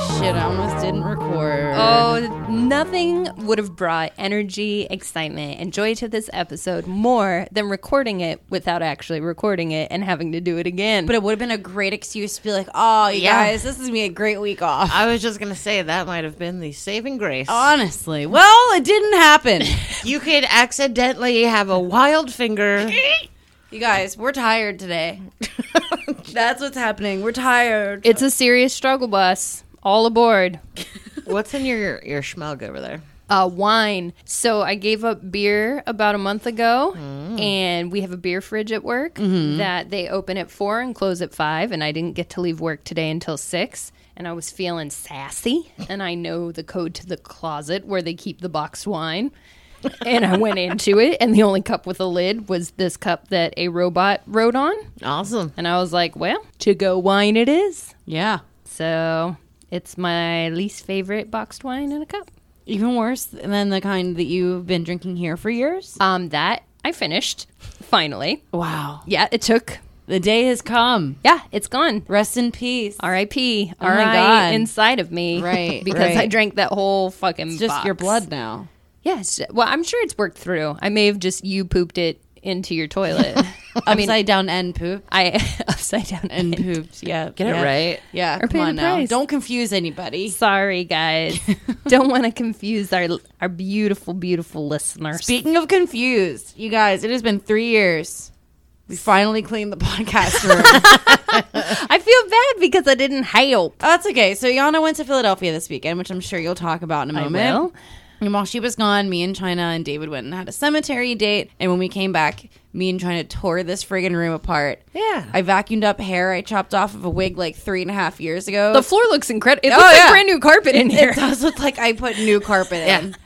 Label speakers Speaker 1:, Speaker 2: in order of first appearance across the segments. Speaker 1: almost didn't record.
Speaker 2: Oh, nothing would have brought energy, excitement, and joy to this episode more than recording it without actually recording it and having to do it again.
Speaker 1: But it would have been a great excuse to be like, oh, you
Speaker 3: Yeah.
Speaker 1: guys, this is going to be a great week off.
Speaker 3: I was just gonna say that might have been the saving grace.
Speaker 1: Oh. Honestly. Well, it didn't happen.
Speaker 3: you could accidentally have a wild finger.
Speaker 1: you guys, we're tired today. That's what's happening. We're tired.
Speaker 2: It's a serious struggle bus. All aboard.
Speaker 3: What's in your your schmug over there?
Speaker 2: Uh, wine. So I gave up beer about a month ago, and we have a beer fridge at work that they open at four and close at five. And I didn't get to leave work today until six. And I was feeling sassy, and I know the code to the closet where they keep the boxed wine. and I went into it, and the only cup with a lid was this cup that a robot wrote on.
Speaker 3: Awesome.
Speaker 2: And I was like, well, to go wine it is.
Speaker 1: yeah.
Speaker 2: So it's my least favorite boxed wine in a cup.
Speaker 1: Even worse than the kind that you've been drinking here for years.
Speaker 2: Um, that I finished finally.
Speaker 1: Wow.
Speaker 2: Yeah, it took.
Speaker 1: The day has come.
Speaker 2: Yeah, it's gone.
Speaker 1: Rest in peace.
Speaker 2: R.I.P.
Speaker 1: Oh my
Speaker 2: R.I.
Speaker 1: God.
Speaker 2: inside of me.
Speaker 1: Right,
Speaker 2: because
Speaker 1: right.
Speaker 2: I drank that whole fucking.
Speaker 1: It's just your
Speaker 2: box.
Speaker 1: blood now.
Speaker 2: Yeah. it's ju- well, I'm sure it's worked through. I may have just you pooped it into your toilet. I mean,
Speaker 1: Upside down and poop.
Speaker 2: I upside down
Speaker 1: And pooped. Yeah.
Speaker 3: Get it
Speaker 1: yeah.
Speaker 3: right.
Speaker 1: Yeah.
Speaker 2: Or
Speaker 1: come
Speaker 2: pay
Speaker 1: on
Speaker 2: the
Speaker 1: now.
Speaker 2: price.
Speaker 1: Don't confuse anybody.
Speaker 2: Sorry, guys. Don't want to confuse our our beautiful, beautiful listeners.
Speaker 1: Speaking of confused, you guys, it has been three years. We finally cleaned the podcast room.
Speaker 2: I feel bad because I didn't help.
Speaker 1: Oh, that's okay. So Yana went to Philadelphia this weekend, which I'm sure you'll talk about in a moment.
Speaker 2: will.
Speaker 1: And while she was gone, me and China and David went and had a cemetery date. And when we came back, me and China tore this friggin' room apart.
Speaker 3: Yeah.
Speaker 1: I vacuumed up hair I chopped off of a wig like three and a half years ago.
Speaker 2: The floor looks incredible. It
Speaker 1: Oh,
Speaker 2: looks like
Speaker 1: yeah.
Speaker 2: brand new carpet in here.
Speaker 1: it does look like I put new carpet in.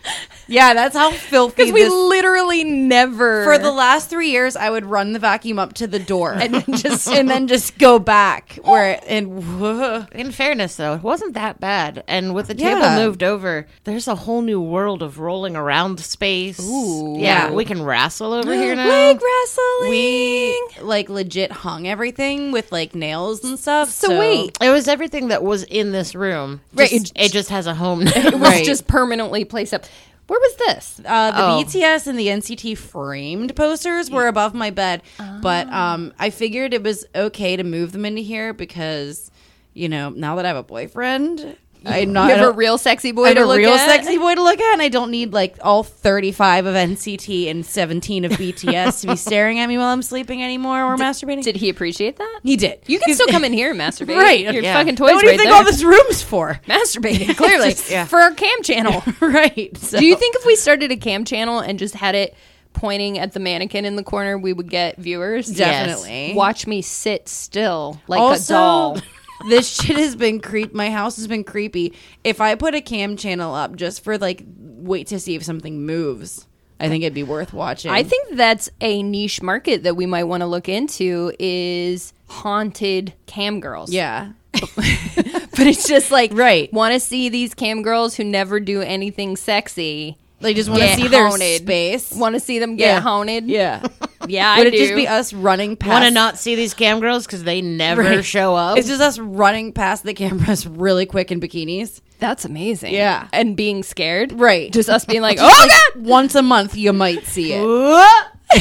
Speaker 1: Yeah, that's how filthy
Speaker 2: Because we
Speaker 1: this-
Speaker 2: literally never
Speaker 1: for the last three years, I would run the vacuum up to the door and
Speaker 2: and just
Speaker 1: then just go back where it, and
Speaker 3: In fairness, though, it wasn't that bad. And with the table
Speaker 1: Yeah.
Speaker 3: moved over, there's a whole new world of rolling around space. Ooh. Yeah,
Speaker 1: Yeah.
Speaker 3: we can wrestle over here now.
Speaker 2: leg wrestling.
Speaker 1: we like legit hung everything with like nails and stuff.
Speaker 2: so, wait,
Speaker 3: It was everything that was in this room.
Speaker 2: Right,
Speaker 3: Just-
Speaker 2: it-
Speaker 3: it just has a home now.
Speaker 2: it was
Speaker 1: Right.
Speaker 2: just permanently placed up. Where was this?
Speaker 1: Uh, the
Speaker 3: Oh.
Speaker 1: BTS and the NCT framed posters were above my bed, but
Speaker 2: Ah.
Speaker 1: um, I figured it was okay to move them into here because, you know, now that I have a boyfriend, I'm not
Speaker 2: You have
Speaker 1: I
Speaker 2: a
Speaker 1: don't-
Speaker 2: real sexy
Speaker 1: I
Speaker 2: boy
Speaker 1: have
Speaker 2: to
Speaker 1: a
Speaker 2: look
Speaker 1: real
Speaker 2: at?
Speaker 1: sexy boy to look at, and I don't need like all 35 of NCT and 17 of BTS to be staring at me while I'm sleeping anymore or masturbating.
Speaker 2: Did he appreciate that?
Speaker 1: he did.
Speaker 2: You can still come in here and masturbate.
Speaker 1: Right.
Speaker 2: Your
Speaker 3: Yeah.
Speaker 2: fucking toys
Speaker 1: What do you
Speaker 2: right
Speaker 1: think
Speaker 2: there.
Speaker 1: all this room's for?
Speaker 2: Masturbating, clearly.
Speaker 1: Just-
Speaker 3: yeah.
Speaker 2: For our cam channel.
Speaker 1: right. so-
Speaker 2: Do you think if we started a cam channel and just had it pointing at the mannequin in the corner, we would get viewers?
Speaker 1: Definitely.
Speaker 2: Watch me sit still like
Speaker 1: also,
Speaker 2: a doll.
Speaker 1: this shit has been creep. My house has been creepy. If I put a cam channel up just for like wait to see if something moves, I think it'd be worth watching.
Speaker 2: I think that's a niche market that we might want to look into is haunted cam girls.
Speaker 1: yeah.
Speaker 2: But it's just like
Speaker 1: Right.
Speaker 2: want to see these cam girls who never do anything sexy.
Speaker 1: They just want to
Speaker 2: Get
Speaker 1: see their
Speaker 2: haunted.
Speaker 1: space.
Speaker 2: Want to see them get
Speaker 1: Yeah.
Speaker 2: haunted?
Speaker 1: yeah.
Speaker 2: Yeah, I
Speaker 1: Would it
Speaker 2: do.
Speaker 1: just be uh, us running past?
Speaker 3: Want to not see these cam girls because they never
Speaker 1: Right.
Speaker 3: show up?
Speaker 1: It's just us running past the cameras really quick in bikinis.
Speaker 2: that's amazing.
Speaker 1: Yeah.
Speaker 2: And being scared.
Speaker 1: Right.
Speaker 2: Just us being like, "Oh god,
Speaker 1: Once a month, you might see it.
Speaker 3: Whoa!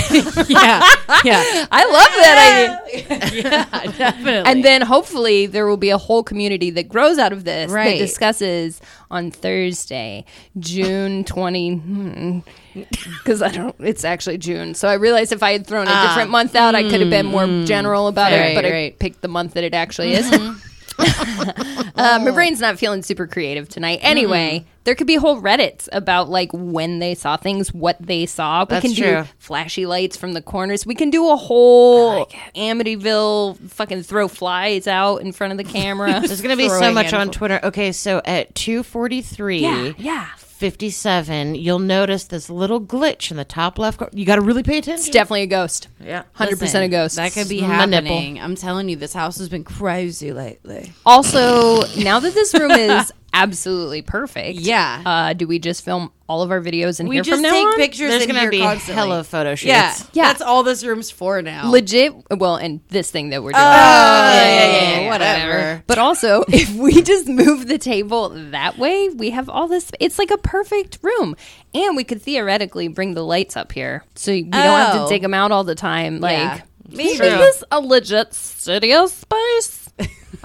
Speaker 1: yeah, yeah,
Speaker 2: I love that idea."
Speaker 1: definitely.
Speaker 2: And then hopefully there will be a whole community that grows out of this
Speaker 1: Right.
Speaker 2: that discusses on Thursday, June 20 because I don't it's actually June. So I realized if I had thrown a different month out, I could have been more general about
Speaker 1: Ah. Mm-hmm. Right,
Speaker 2: it, but I
Speaker 1: right. Mm-hmm.
Speaker 2: picked the month that it actually is. uh,
Speaker 3: Oh.
Speaker 2: my brain's not feeling super creative tonight. Anyway, there could be whole Reddits about like when they saw things, what they saw. We
Speaker 3: That's
Speaker 2: can
Speaker 3: true.
Speaker 2: do flashy lights from the corners. We can do a whole Amityville fucking throw flies out in front of the camera.
Speaker 3: There's going to be so
Speaker 1: Throwing
Speaker 3: much on
Speaker 1: handful-
Speaker 3: Twitter. Okay, so at 243.
Speaker 2: yeah, yeah.
Speaker 3: 57, you'll notice this little glitch in the top left. Cor- you got to really pay attention.
Speaker 2: It's definitely a ghost.
Speaker 3: Yeah.
Speaker 2: 100% a ghost.
Speaker 1: that could be
Speaker 3: My nipple.
Speaker 1: happening. I'm telling you, this house has been crazy lately.
Speaker 2: Also, now that this room is absolutely perfect.
Speaker 1: Yeah.
Speaker 2: Uh, do we just film all of our videos in
Speaker 1: We
Speaker 2: here
Speaker 1: just
Speaker 2: from now
Speaker 1: take
Speaker 2: on?
Speaker 1: pictures
Speaker 3: There's
Speaker 1: in
Speaker 3: gonna
Speaker 1: here
Speaker 3: be
Speaker 1: constantly.
Speaker 3: hella photo shoots.
Speaker 1: Yeah,
Speaker 2: Yeah.
Speaker 1: That's all this room's for now. Oh,
Speaker 2: legit well and this thing that we're
Speaker 3: Oh,
Speaker 2: doing
Speaker 1: whatever.
Speaker 2: but also if we just move the table that way we have all this it's like a perfect room and we could theoretically bring the lights up here so you- we don't have
Speaker 1: Oh.
Speaker 2: to take them out all the time like
Speaker 1: Yeah.
Speaker 2: maybe
Speaker 1: True.
Speaker 2: this a legit studio space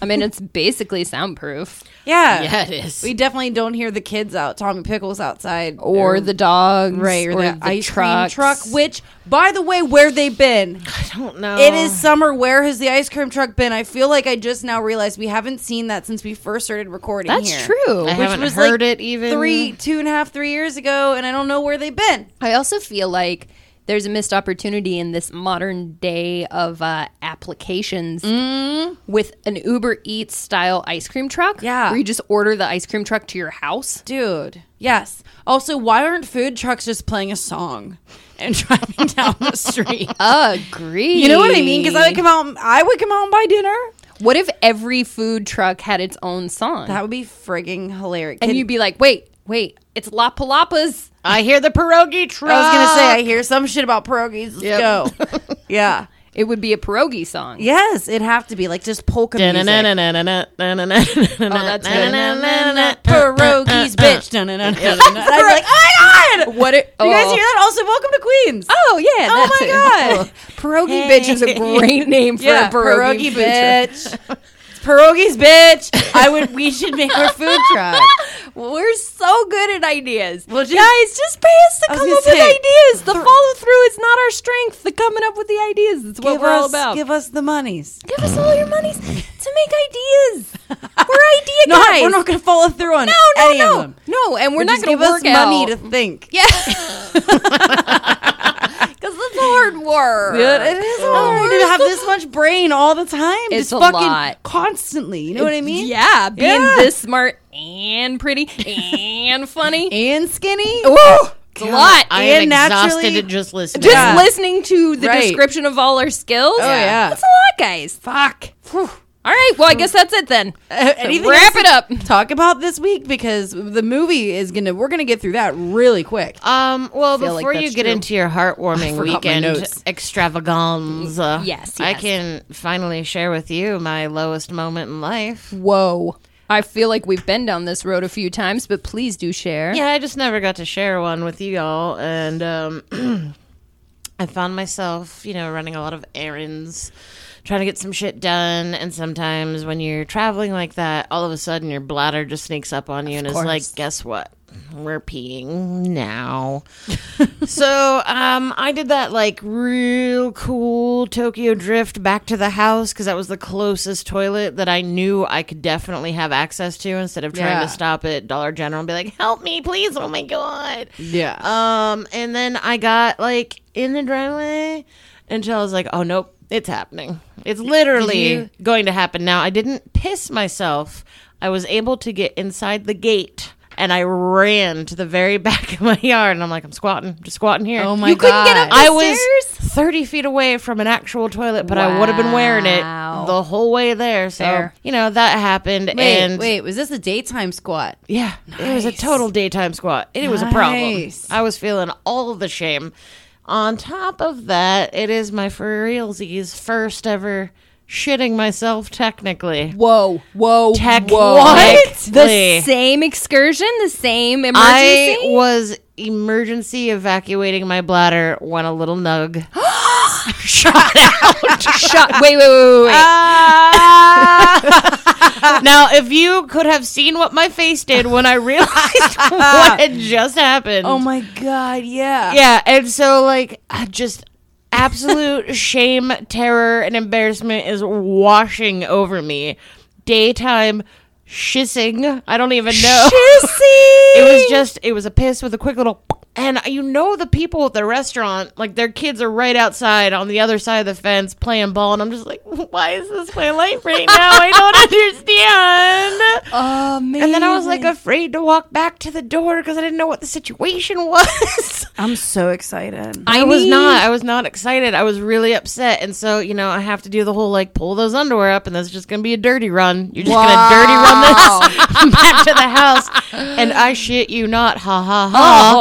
Speaker 2: i mean it's basically soundproof
Speaker 1: Yeah.
Speaker 3: Yeah, it is.
Speaker 1: We definitely don't hear the kids out, Tommy Pickles outside.
Speaker 2: or the dogs
Speaker 1: Right, or,
Speaker 2: or
Speaker 1: the, ice cream
Speaker 2: trucks.
Speaker 1: truck, which, by the way, where they been?
Speaker 3: I don't know.
Speaker 1: It is summer. Where has the ice cream truck been? I feel like I just now realized we haven't seen that since we first started recording.
Speaker 2: that's
Speaker 1: here.
Speaker 2: true
Speaker 3: I haven't
Speaker 1: was,
Speaker 3: heard
Speaker 1: like,
Speaker 3: it even.
Speaker 1: Three, two and a half, three years ago, and I don't know where they've been.
Speaker 2: I also feel like there's a missed opportunity in this modern day of uh, applications with an Uber Eats style ice cream truck.
Speaker 1: Mm-hmm. Yeah.
Speaker 2: Where you just order the ice cream truck to your house.
Speaker 1: Dude, yes. Also, why aren't food trucks just playing a song and driving down the street?
Speaker 2: Agree.
Speaker 1: You know what I mean? Because I would come out, I would come out and buy dinner.
Speaker 2: What if every food truck had its own song?
Speaker 1: That would be frigging hilarious.
Speaker 2: and
Speaker 1: Can-
Speaker 2: you'd be like, wait, wait, it's La Palapas.
Speaker 3: I hear the pierogi truck.
Speaker 1: I was gonna say, I hear some shit about pierogies. Let's
Speaker 3: Yep.
Speaker 1: go. yeah.
Speaker 2: It would be a pierogi song.
Speaker 1: Yes, it'd have to be like just polka music.
Speaker 2: that's
Speaker 1: Pierogies, bitch. Dun-dun-dun-dun-dun. I'd be like, oh my god.
Speaker 2: What it-
Speaker 1: You guys
Speaker 2: oh.
Speaker 1: hear that? Also, welcome to Queens.
Speaker 2: Oh yeah!
Speaker 1: Oh,
Speaker 2: that's
Speaker 1: my
Speaker 2: it.
Speaker 1: God.
Speaker 2: pierogi bitch is a great name for
Speaker 1: yeah,
Speaker 2: a pierogi,
Speaker 1: pierogi,
Speaker 2: food truck.
Speaker 1: bitch. It's pierogies, bitch. I would. We should make our food truck.
Speaker 2: We're so good at ideas.
Speaker 1: Well, just-
Speaker 2: Guys, just pay us to
Speaker 1: I was
Speaker 2: come
Speaker 1: gonna
Speaker 2: up with
Speaker 1: say,
Speaker 2: ideas. The follow through is not our strength. The coming up with the ideas is what
Speaker 1: Give
Speaker 2: we're
Speaker 1: us,
Speaker 2: all about.
Speaker 1: give us the monies.
Speaker 2: Give us all your monies to make ideas. We're idea
Speaker 1: No,
Speaker 2: guys.
Speaker 1: we're not going to follow through on
Speaker 2: no, no,
Speaker 1: any
Speaker 2: no,
Speaker 1: of them.
Speaker 2: no, and we're,
Speaker 1: We're
Speaker 2: not
Speaker 1: just
Speaker 2: going to
Speaker 1: give
Speaker 2: work
Speaker 1: us money
Speaker 2: out.
Speaker 1: to think.
Speaker 2: yeah, because it's hard work.
Speaker 1: Yeah, it is hard to have this much brain all the time.
Speaker 2: It's
Speaker 1: just
Speaker 2: a
Speaker 1: fucking
Speaker 2: lot.
Speaker 1: constantly. You know what I mean?
Speaker 2: Yeah, being
Speaker 1: Yeah.
Speaker 2: this smart and pretty and funny.
Speaker 1: And skinny.
Speaker 2: Oh, it's a lot.
Speaker 3: I
Speaker 1: And
Speaker 3: am
Speaker 1: naturally-
Speaker 3: exhausted to just listen.
Speaker 2: just
Speaker 1: Yeah.
Speaker 2: listening to the
Speaker 1: Right.
Speaker 2: description of all our skills.
Speaker 1: Oh, yeah.
Speaker 2: that's a lot, guys.
Speaker 1: Fuck. Whew.
Speaker 2: All right, well, I guess that's it then.
Speaker 1: Anything
Speaker 2: Wrap
Speaker 1: else
Speaker 2: it
Speaker 1: to
Speaker 2: up.
Speaker 1: Talk about this week because the movie is gonna. We're gonna get through that really quick.
Speaker 3: Um. Well,
Speaker 2: feel like
Speaker 3: before you
Speaker 2: that's
Speaker 3: get
Speaker 2: true.
Speaker 3: into your heartwarming
Speaker 1: forgot my
Speaker 3: weekend
Speaker 1: notes.
Speaker 3: extravaganza,
Speaker 2: Yes,
Speaker 3: I
Speaker 2: yes.
Speaker 3: can finally share with you my lowest moment in life.
Speaker 2: Whoa. I feel like we've been down this road a few times, but please do share.
Speaker 3: Yeah, I just never got to share one with you all, and um, I found myself, you know, running a lot of errands, trying to get some shit done. And sometimes when you're traveling like that, all of a sudden your bladder just sneaks up on you and
Speaker 2: course.
Speaker 3: is like, "Guess what? We're peeing now." so um, I did that like real cool Tokyo drift back to the house because that was the closest toilet that I knew I could definitely have access to instead of trying
Speaker 1: Yeah.
Speaker 3: to stop at Dollar General and be like, "Help me, please! Oh my god!"
Speaker 1: Yeah.
Speaker 3: Um, and then I got like in the driveway until I was like, "Oh nope, it's happening! It's literally
Speaker 2: you-
Speaker 3: going to happen now." I didn't piss myself. I was able to get inside the gate. And I ran to the very back of my yard, and I'm like, I'm squatting, just squatting here.
Speaker 1: oh my
Speaker 2: you couldn't
Speaker 1: god.
Speaker 2: get up the
Speaker 3: I was
Speaker 2: stairs?
Speaker 3: 30 feet away from an actual toilet, but I would have been wearing it
Speaker 2: Wow.
Speaker 3: the whole way there. So,
Speaker 2: Fair.
Speaker 3: you know, that happened.
Speaker 1: wait,
Speaker 3: and
Speaker 1: wait. Was this a daytime squat?
Speaker 3: yeah, it was a total daytime squat. It was a problem.
Speaker 1: Nice.
Speaker 3: I was feeling all the shame. On top of that, it is my for realsies first ever shitting myself technically.
Speaker 2: Whoa, whoa,
Speaker 3: Tech-
Speaker 2: whoa.
Speaker 3: What?
Speaker 2: The same excursion, the same
Speaker 3: I
Speaker 2: emergency?
Speaker 3: was emergency evacuating my bladder when a little nug shot out.
Speaker 2: Shut, wait, wait, wait, wait, wait.
Speaker 1: Ah!
Speaker 3: now, if you could have seen what my face did when I realized what had just happened.
Speaker 1: Oh my god. Yeah.
Speaker 3: yeah, and so like I just absolute shame, terror, and embarrassment is washing over me. Daytime shissing. I don't even know.
Speaker 2: Shissy.
Speaker 3: It was just it was a piss with a quick little And you know the people at the restaurant, like their kids are right outside on the other side of the fence playing ball, and I'm just like, why is this my life right now? I don't understand.
Speaker 2: Amazing.
Speaker 3: And then I was like afraid to walk back to the door because I didn't know what the situation was.
Speaker 1: I'm so excited.
Speaker 3: I was not. I was not excited. I was really upset. And so, you know, I have to do the whole like pull those underwear up and that's just gonna be a dirty run. You're just gonna dirty run this back to the house. And I shit you not, ha ha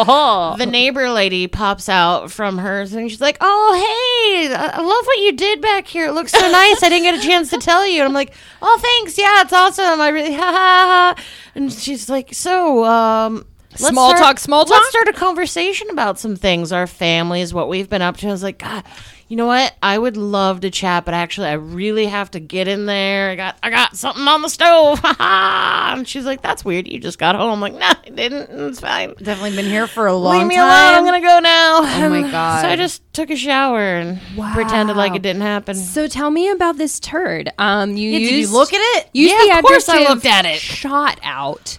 Speaker 3: ha. The neighbor lady pops out from hers and she's like, Oh hey, I I love what you did back here. It looks so nice. I didn't get a chance to tell you. And I'm like, Oh thanks, yeah, it's awesome. I really ha ha ha and she's like, So, um let's
Speaker 2: Small talk, small
Speaker 3: let's
Speaker 2: talk?
Speaker 3: start a conversation about some things, our families, what we've been up to. I was like, God, you know what? I would love to chat, but actually, I really have to get in there. I got, I got something on the stove. and she's like, That's weird. You just got home. I'm like, No, I didn't. It's fine.
Speaker 1: Definitely been here for a long
Speaker 3: Leave me
Speaker 1: time.
Speaker 3: alone. I'm gonna go now. Oh
Speaker 1: my God.
Speaker 3: So I just took a shower and pretended like it didn't happen.
Speaker 2: So tell me about this turd. Um, you
Speaker 1: Did
Speaker 2: used,
Speaker 1: you look at it?
Speaker 2: Used
Speaker 3: Yeah,
Speaker 2: the
Speaker 3: of course I
Speaker 2: adjective
Speaker 3: looked at it.
Speaker 2: Shot out.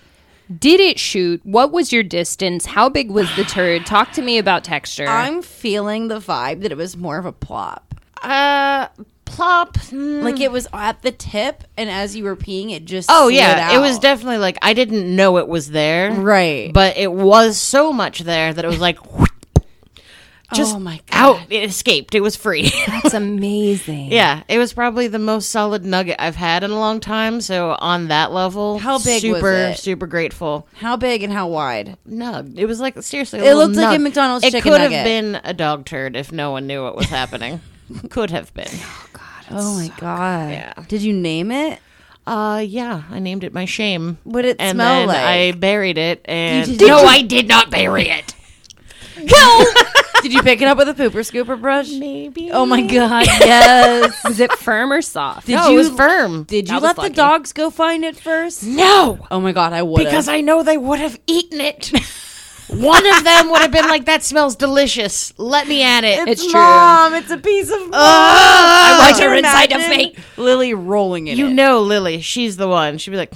Speaker 2: Did it shoot? What was your distance? How big was the turd? Talk to me about texture.
Speaker 1: I'm feeling the vibe that it was more of a plop.
Speaker 3: Uh, plop. Mm.
Speaker 1: Like it was at the tip, and as you were peeing, it just
Speaker 3: Oh
Speaker 1: slid
Speaker 3: yeah, it was
Speaker 1: out.
Speaker 3: definitely like I didn't know it was there.
Speaker 1: Right.
Speaker 3: But it was so much there that it was like just
Speaker 1: Oh my
Speaker 3: out
Speaker 1: God.
Speaker 3: it escaped. It was free.
Speaker 2: That's amazing.
Speaker 3: yeah, it was probably the most solid nugget I've had in a long time, so on that level,
Speaker 1: How big was
Speaker 3: super
Speaker 1: it?
Speaker 3: super grateful.
Speaker 1: how big and how wide?
Speaker 3: Nug. It was like seriously a
Speaker 1: It
Speaker 3: little
Speaker 1: looked like a
Speaker 3: nug.
Speaker 1: McDonald's
Speaker 3: It
Speaker 1: chicken
Speaker 3: could
Speaker 1: nugget.
Speaker 3: have been a dog turd if no one knew what was happening. could have been.
Speaker 1: Oh my god!
Speaker 3: yeah.
Speaker 1: Did you name it?
Speaker 3: Uh yeah, I named it my shame.
Speaker 1: What did it
Speaker 3: and
Speaker 1: smell
Speaker 3: then
Speaker 1: like?
Speaker 3: I buried it and
Speaker 1: did- Did you-
Speaker 3: I did not bury it.
Speaker 1: Did you pick it up with a pooper scooper brush?
Speaker 3: Maybe.
Speaker 1: Oh my god! Yes.
Speaker 2: Was it firm or soft?
Speaker 1: Did
Speaker 3: No,
Speaker 1: you
Speaker 3: it was firm.
Speaker 1: Did you
Speaker 2: was
Speaker 1: let
Speaker 2: lucky.
Speaker 1: the dogs go find it first?
Speaker 3: no,
Speaker 1: Oh my god! I would
Speaker 3: because I know they would have eaten it. One of them would have been like, "That smells delicious. Let me at it."
Speaker 2: It's true.
Speaker 1: mom. It's a piece of mom.
Speaker 3: I
Speaker 1: Could
Speaker 3: want
Speaker 1: you
Speaker 3: her inside of
Speaker 1: imagine Lily rolling in
Speaker 3: you
Speaker 1: it.
Speaker 3: know, Lily, she's the one. She'd be like,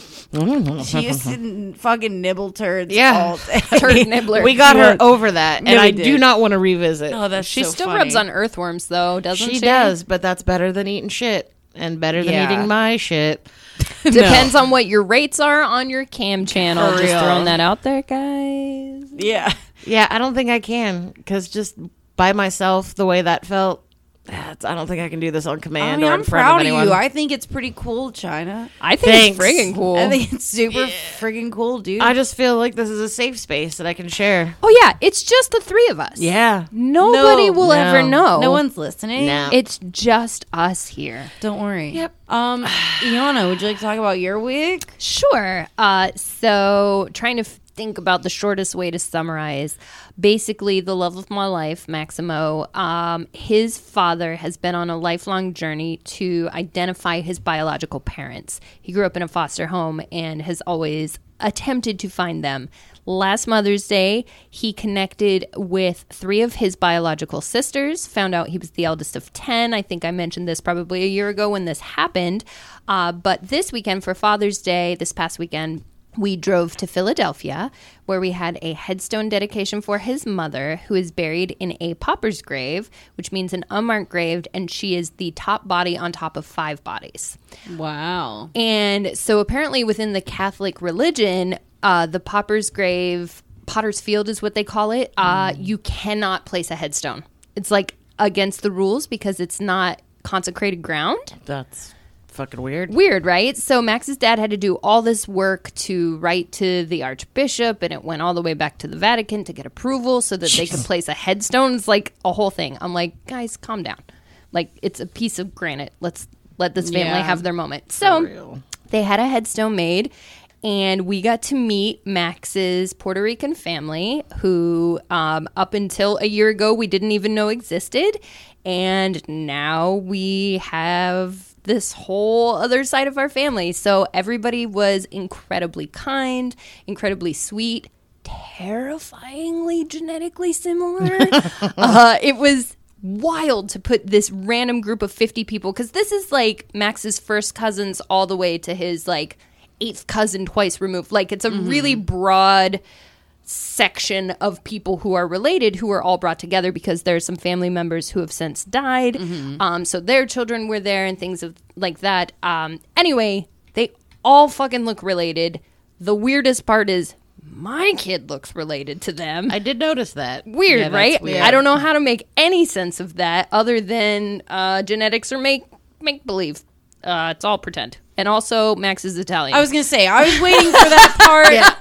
Speaker 1: She used to n- fucking nibble turds
Speaker 3: Yeah.
Speaker 1: all day.
Speaker 2: Turd nibbler.
Speaker 3: "We got her over that, and
Speaker 1: No, we
Speaker 3: I
Speaker 1: did.
Speaker 3: do not want to revisit."
Speaker 1: Oh, that's
Speaker 2: she
Speaker 1: so
Speaker 2: still
Speaker 1: funny.
Speaker 2: rubs on earthworms though, doesn't she?
Speaker 3: she does, but that's better than eating shit, and better than
Speaker 2: Yeah.
Speaker 3: eating my shit.
Speaker 2: Depends on what your rates are on your cam channel.
Speaker 1: For
Speaker 2: Just
Speaker 1: real.
Speaker 2: throwing that out there, guys.
Speaker 1: Yeah.
Speaker 3: Yeah, I don't think I can because just by myself, the way that felt. that's- I don't think I can do this on command
Speaker 1: I mean,
Speaker 3: or in
Speaker 1: I'm
Speaker 3: front
Speaker 1: proud
Speaker 3: of
Speaker 1: of,
Speaker 3: anyone.
Speaker 1: you. I think it's pretty cool, China.
Speaker 2: I think
Speaker 3: Thanks.
Speaker 2: it's friggin' cool.
Speaker 1: I think it's super friggin' cool, dude.
Speaker 3: I just feel like this is a safe space that I can share.
Speaker 2: oh yeah, it's just the three of us.
Speaker 3: Yeah.
Speaker 2: Nobody
Speaker 1: No,
Speaker 2: will
Speaker 3: no.
Speaker 2: ever know.
Speaker 1: no one's listening.
Speaker 3: No.
Speaker 2: It's just us here.
Speaker 1: Don't worry.
Speaker 3: Yep.
Speaker 1: Um, Iana, would you like to talk about your week?
Speaker 2: Sure. Uh, so, trying to f- think about the shortest way to summarize. Basically, the love of my life, Maximo, um, his father has been on a lifelong journey to identify his biological parents. He grew up in a foster home and has always attempted to find them. Last Mother's Day, he connected with three of his biological sisters, found out he was the eldest of 10. I think I mentioned this probably a year ago when this happened. Uh, but this weekend, for Father's Day, this past weekend, we drove to Philadelphia where we had a headstone dedication for his mother, who is buried in a pauper's grave, which means an unmarked grave, and she is the top body on top of five bodies.
Speaker 1: Wow.
Speaker 2: And so apparently within the Catholic religion, uh, the pauper's grave, Potter's Field is what they call it, uh, you cannot place a headstone. It's like against the rules because it's not consecrated ground.
Speaker 3: That's fucking weird.
Speaker 2: Weird, right? So Max's dad had to do all this work to write to the archbishop, and it went all the way back to the Vatican to get approval so that they could place a headstone. It's like a whole thing. I'm like, guys, calm down. Like it's a piece of granite. Let's let this family
Speaker 1: Yeah.
Speaker 2: have their moment. So they had a headstone made, and we got to meet Max's Puerto Rican family, who um, up until a year ago we didn't even know existed. And now we have this whole other side of our family. So everybody was incredibly kind, incredibly sweet, terrifyingly genetically similar. uh, it was wild to put this random group of 50 people because this is like Max's first cousins all the way to his like eighth cousin twice removed. Like it's a really broad section of people who are related who are all brought together because there are some family members who have since died.
Speaker 1: Mm-hmm.
Speaker 2: Um, so their children were there and things of, like that. Um, anyway, they all fucking look related. The weirdest part is my kid looks related to them
Speaker 1: I did notice that.
Speaker 2: weird,
Speaker 1: Yeah, that's
Speaker 2: right?
Speaker 1: weird.
Speaker 2: I don't know how to make any sense of that other than uh, genetics or make make believe. Uh, it's all pretend. And also, Max is Italian.
Speaker 1: I was gonna say I was waiting for that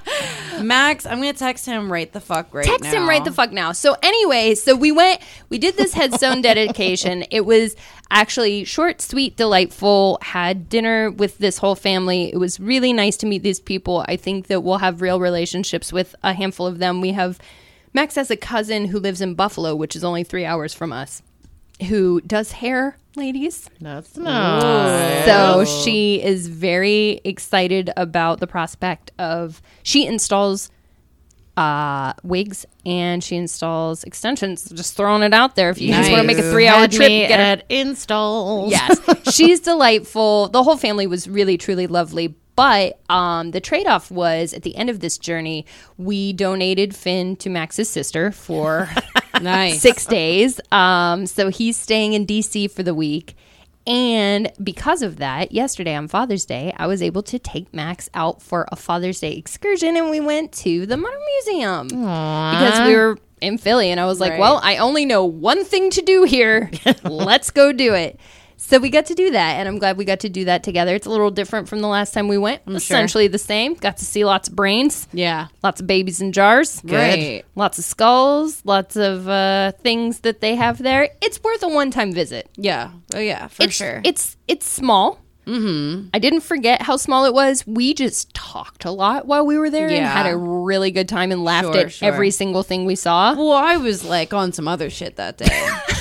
Speaker 1: part. Max, I'm gonna text him right the fuck right
Speaker 2: text him right the fuck now. So anyway, so we went, we did this headstone dedication. It was actually short, sweet, delightful. Had dinner with this whole family. It was really nice to meet these people. I think that we'll have real relationships with a handful of them. We have Max has a cousin who lives in Buffalo, which is only three hours from us, who does hair, ladies.
Speaker 3: That's nice.
Speaker 2: So she is very excited about the prospect of she installs uh, wigs and she installs extensions. Just throwing it out there. If you guys want to
Speaker 1: Nice.
Speaker 2: make a three-hour
Speaker 3: Had
Speaker 2: trip,
Speaker 3: me
Speaker 2: get her.
Speaker 3: at installs.
Speaker 2: Yes, she's delightful. The whole family was really, truly lovely. But um, the trade off was at the end of this journey, we donated Finn to Max's sister for
Speaker 1: Nice.
Speaker 2: six days. Um, so he's staying in DC for the week. And because of that, yesterday on Father's Day, I was able to take Max out for a Father's Day excursion and we went to the Modern Museum because we were in Philly. And I was like,
Speaker 1: Uh-huh. Right.
Speaker 2: well, I only know one thing to do here. Let's go do it. So we got to do that, and I'm glad we got to do that together. It's a little different from the last time we went. Essentially the same. Got to see lots of brains
Speaker 1: Mm, Yeah.
Speaker 2: lots of babies in jars
Speaker 1: Right.
Speaker 2: lots of skulls lots of uh, things that they have there it's worth a one-time visit
Speaker 1: Yeah. Oh yeah. For
Speaker 2: it's,
Speaker 1: sure.
Speaker 2: it's it's small mm-hmm. i didn't forget how small it was we just talked a lot while we were there and
Speaker 1: Yeah.
Speaker 2: had a really good time and laughed
Speaker 1: Sure,
Speaker 2: at
Speaker 1: sure.
Speaker 2: every single thing we saw
Speaker 1: well, I was like on some other shit that day.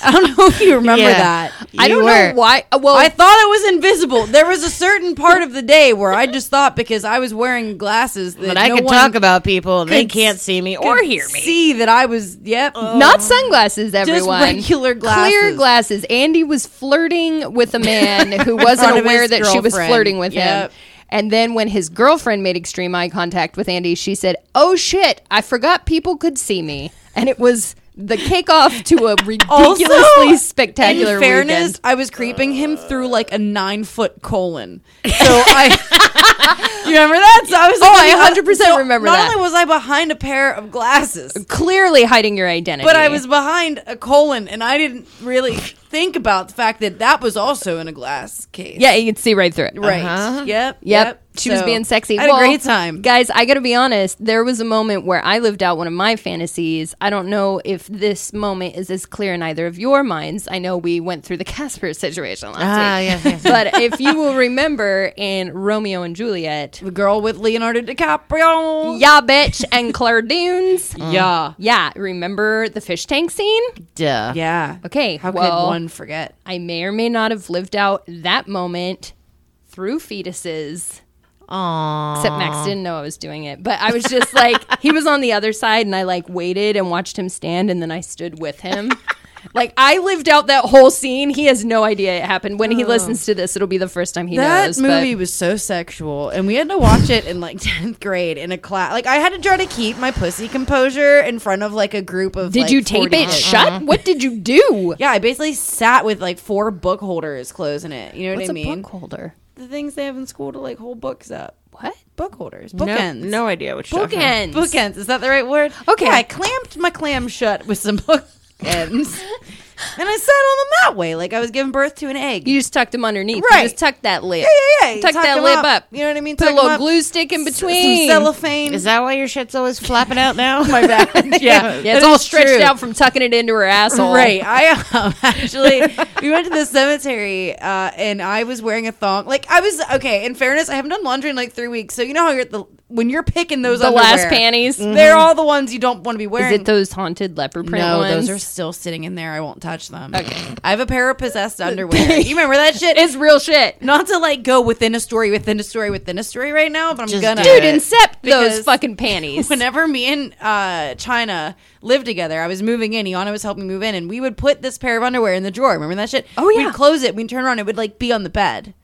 Speaker 1: I don't know if you remember
Speaker 3: Yeah.
Speaker 1: that.
Speaker 2: i
Speaker 3: You
Speaker 2: don't
Speaker 3: were.
Speaker 2: know why uh, well
Speaker 1: I thought I was invisible. There was a certain part of the day where I just thought because I was wearing glasses that
Speaker 3: But I
Speaker 1: no
Speaker 3: can
Speaker 1: one
Speaker 3: talk about people. They
Speaker 1: could
Speaker 3: can't
Speaker 1: s-
Speaker 3: see me
Speaker 1: could
Speaker 3: or hear me.
Speaker 1: See that I was. Yep.
Speaker 2: not sunglasses, everyone.
Speaker 1: regular
Speaker 2: Clear
Speaker 1: glasses.
Speaker 2: glasses. Andy was flirting with a man who wasn't
Speaker 1: front of
Speaker 2: aware
Speaker 1: his
Speaker 2: that she was
Speaker 1: girlfriend.
Speaker 2: flirting with
Speaker 1: Yep.
Speaker 2: him. And then when his girlfriend made extreme eye contact with Andy, she said, "Oh shit, I forgot people could see me." And it was the kickoff to a ridiculously spectacular
Speaker 1: In fairness,
Speaker 2: weekend.
Speaker 1: I was creeping him through like a nine foot colon. So I, you remember that? So I was.
Speaker 2: Oh,
Speaker 1: like,
Speaker 2: I
Speaker 1: really-
Speaker 2: 100% remember
Speaker 1: Not
Speaker 2: that.
Speaker 1: only was I behind a pair of glasses,
Speaker 2: Clearly hiding your identity.
Speaker 1: but I was behind a colon, and I didn't really think about the fact that that was also in a glass case.
Speaker 2: Yeah, you could see right through it.
Speaker 1: Right. Yep.
Speaker 2: Yep. She was
Speaker 1: So,
Speaker 2: being sexy.
Speaker 1: I had
Speaker 2: Well,
Speaker 1: a great time.
Speaker 2: Guys, I got to be honest. There was a moment where I lived out one of my fantasies. I don't know if this moment is as clear in either of your minds. I know we went through the Casper situation last
Speaker 3: Ah,
Speaker 2: week.
Speaker 3: yes, yes,
Speaker 2: But if you will remember in Romeo and Juliet,
Speaker 1: The girl with Leonardo DiCaprio.
Speaker 2: yeah, bitch, and Claire Dunes.
Speaker 1: Yeah.
Speaker 2: Yeah, remember the fish tank scene?
Speaker 3: Duh.
Speaker 1: Yeah.
Speaker 2: Okay,
Speaker 1: How
Speaker 2: well-
Speaker 1: could one forget?
Speaker 2: I may or may not have lived out that moment through fetuses.
Speaker 3: Aw.
Speaker 2: Except Max didn't know I was doing it. But I was just like, he was on the other side, and I like waited and watched him stand, and then I stood with him. Like I lived out that whole scene. He has no idea it happened. When he listens to this, it'll be the first time he
Speaker 1: Oh. That
Speaker 2: knows.
Speaker 1: movie was so sexual, and we had to watch it in like tenth grade in a class. Like I had to try to keep my pussy composure in front of like a group of.
Speaker 2: but did
Speaker 1: like,
Speaker 2: you tape
Speaker 1: 40
Speaker 2: it
Speaker 1: kids.
Speaker 2: shut? What did you do?
Speaker 1: Yeah, I basically sat with like four book holders closing it. You know
Speaker 2: What's
Speaker 1: what I
Speaker 2: a
Speaker 1: mean?
Speaker 2: book holder?
Speaker 1: The things they have in school to like hold books up.
Speaker 2: What?
Speaker 1: Book holders,
Speaker 3: No,
Speaker 1: bookends.
Speaker 3: no idea what you're talking about.
Speaker 2: Bookends.
Speaker 1: bookends. Is that the right word?
Speaker 2: Okay.
Speaker 1: Yeah, I clamped my clam shut with some bookends, and I sat on them that way, like I was giving birth to an egg.
Speaker 2: You just tucked him underneath.
Speaker 1: Right.
Speaker 2: You just tucked that lip.
Speaker 1: yeah, yeah, yeah. You
Speaker 2: Tuck
Speaker 1: tucked
Speaker 2: that
Speaker 1: him
Speaker 2: lip
Speaker 1: up.
Speaker 2: up.
Speaker 1: You know what I mean?
Speaker 2: Put
Speaker 1: Tuck
Speaker 2: a
Speaker 1: him
Speaker 2: little
Speaker 1: up.
Speaker 2: glue stick in
Speaker 1: Some
Speaker 2: between.
Speaker 1: cellophane.
Speaker 3: Is that why your shit's always flapping out now?
Speaker 1: my bad?
Speaker 3: Yeah.
Speaker 2: yeah, it's
Speaker 1: That
Speaker 2: all
Speaker 1: is
Speaker 2: stretched
Speaker 1: true.
Speaker 2: out from tucking it into her asshole.
Speaker 1: Right. I um, actually, we went to the cemetery uh, and I was wearing a thong. Like, I was, okay, in fairness, I haven't done laundry in like three weeks. So, you know how you're at the, when you're picking those
Speaker 2: The
Speaker 1: underwear, Mm-hmm.
Speaker 2: last panties. Mm-hmm.
Speaker 1: They're all the ones you don't want to be
Speaker 2: Is
Speaker 1: wearing.
Speaker 2: it those haunted leopard print
Speaker 1: no,
Speaker 2: ones?
Speaker 1: those are still sitting in there. I won't touch them. Okay. I have a pair of possessed underwear. you remember that shit?
Speaker 2: It's real shit.
Speaker 1: Not to like go within a story, within a story, within a story right now, but I'm
Speaker 3: Just
Speaker 1: gonna.
Speaker 3: do
Speaker 2: Dude,
Speaker 3: it.
Speaker 2: incept those
Speaker 1: Because-
Speaker 2: fucking panties.
Speaker 1: Whenever me and uh, China lived together, I was moving in. Iana was helping me move in, and we would put this pair of underwear in the drawer. Remember that shit?
Speaker 2: Oh, yeah.
Speaker 1: We'd close it. We'd turn around. It would like be on the bed,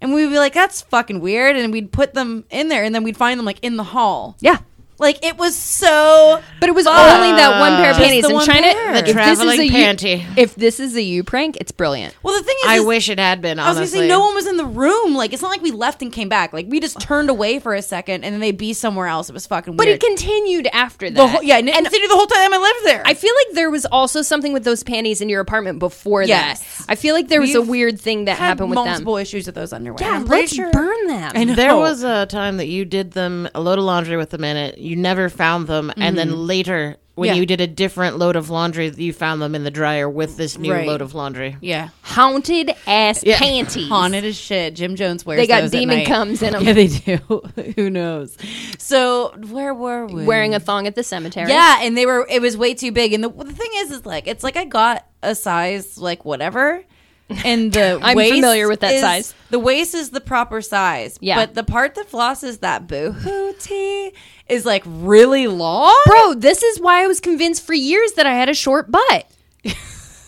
Speaker 1: and we'd be like, "That's fucking weird." And we'd put them in there, and then we'd find them like in the hall.
Speaker 2: yeah.
Speaker 1: Like it was so
Speaker 2: But it was only that one pair of
Speaker 1: Just
Speaker 2: panties
Speaker 1: the
Speaker 2: in
Speaker 1: one
Speaker 2: China. if
Speaker 1: pair. The
Speaker 2: this is
Speaker 3: traveling
Speaker 2: a you-
Speaker 3: panty.
Speaker 2: if this is a you prank, it's brilliant.
Speaker 1: Well, the thing is,
Speaker 3: I
Speaker 1: is-
Speaker 3: wish it had been.
Speaker 1: I was
Speaker 3: Honestly,
Speaker 1: gonna say no one was in the room. Like it's not like we left and came back. Like we just turned away for a second and then they'd be somewhere else. It was fucking
Speaker 2: But
Speaker 1: weird.
Speaker 2: it continued after that.
Speaker 1: the whole, yeah, and, it continued the whole time I lived there.
Speaker 2: I feel like there was also something with those panties in your apartment before
Speaker 1: Yes.
Speaker 2: that. I feel like there was a
Speaker 1: We've
Speaker 2: weird thing that
Speaker 1: had
Speaker 2: happened with them.
Speaker 1: multiple issues with those underwear.
Speaker 2: Yeah,
Speaker 1: I'm pretty
Speaker 2: let's
Speaker 1: sure-
Speaker 2: burn them.
Speaker 3: There was a time that you did them a load of laundry with them in it. You never found them, and then later when
Speaker 1: Yeah.
Speaker 3: you did a different load of laundry, you found them in the dryer with this new
Speaker 1: Right.
Speaker 3: load of laundry.
Speaker 1: Yeah,
Speaker 2: Haunted ass
Speaker 3: Yeah.
Speaker 2: panties.
Speaker 1: haunted as shit. Jim Jones wears.
Speaker 2: They got
Speaker 1: those at
Speaker 2: demon
Speaker 1: night.
Speaker 2: comes in them.
Speaker 1: Yeah, they do. Who knows? So where were we?
Speaker 2: Wearing a thong at the cemetery.
Speaker 1: Yeah, and they were. It was way too big. And the, the thing is, is like it's like I got a size like whatever, and the
Speaker 2: I'm
Speaker 1: waist
Speaker 2: familiar with that
Speaker 1: is-
Speaker 2: size.
Speaker 1: The waist is the proper size.
Speaker 2: Yeah.
Speaker 1: but the part that flosses that boohoo tee is like really long.
Speaker 2: Bro, this is why I was convinced for years that I had a short butt.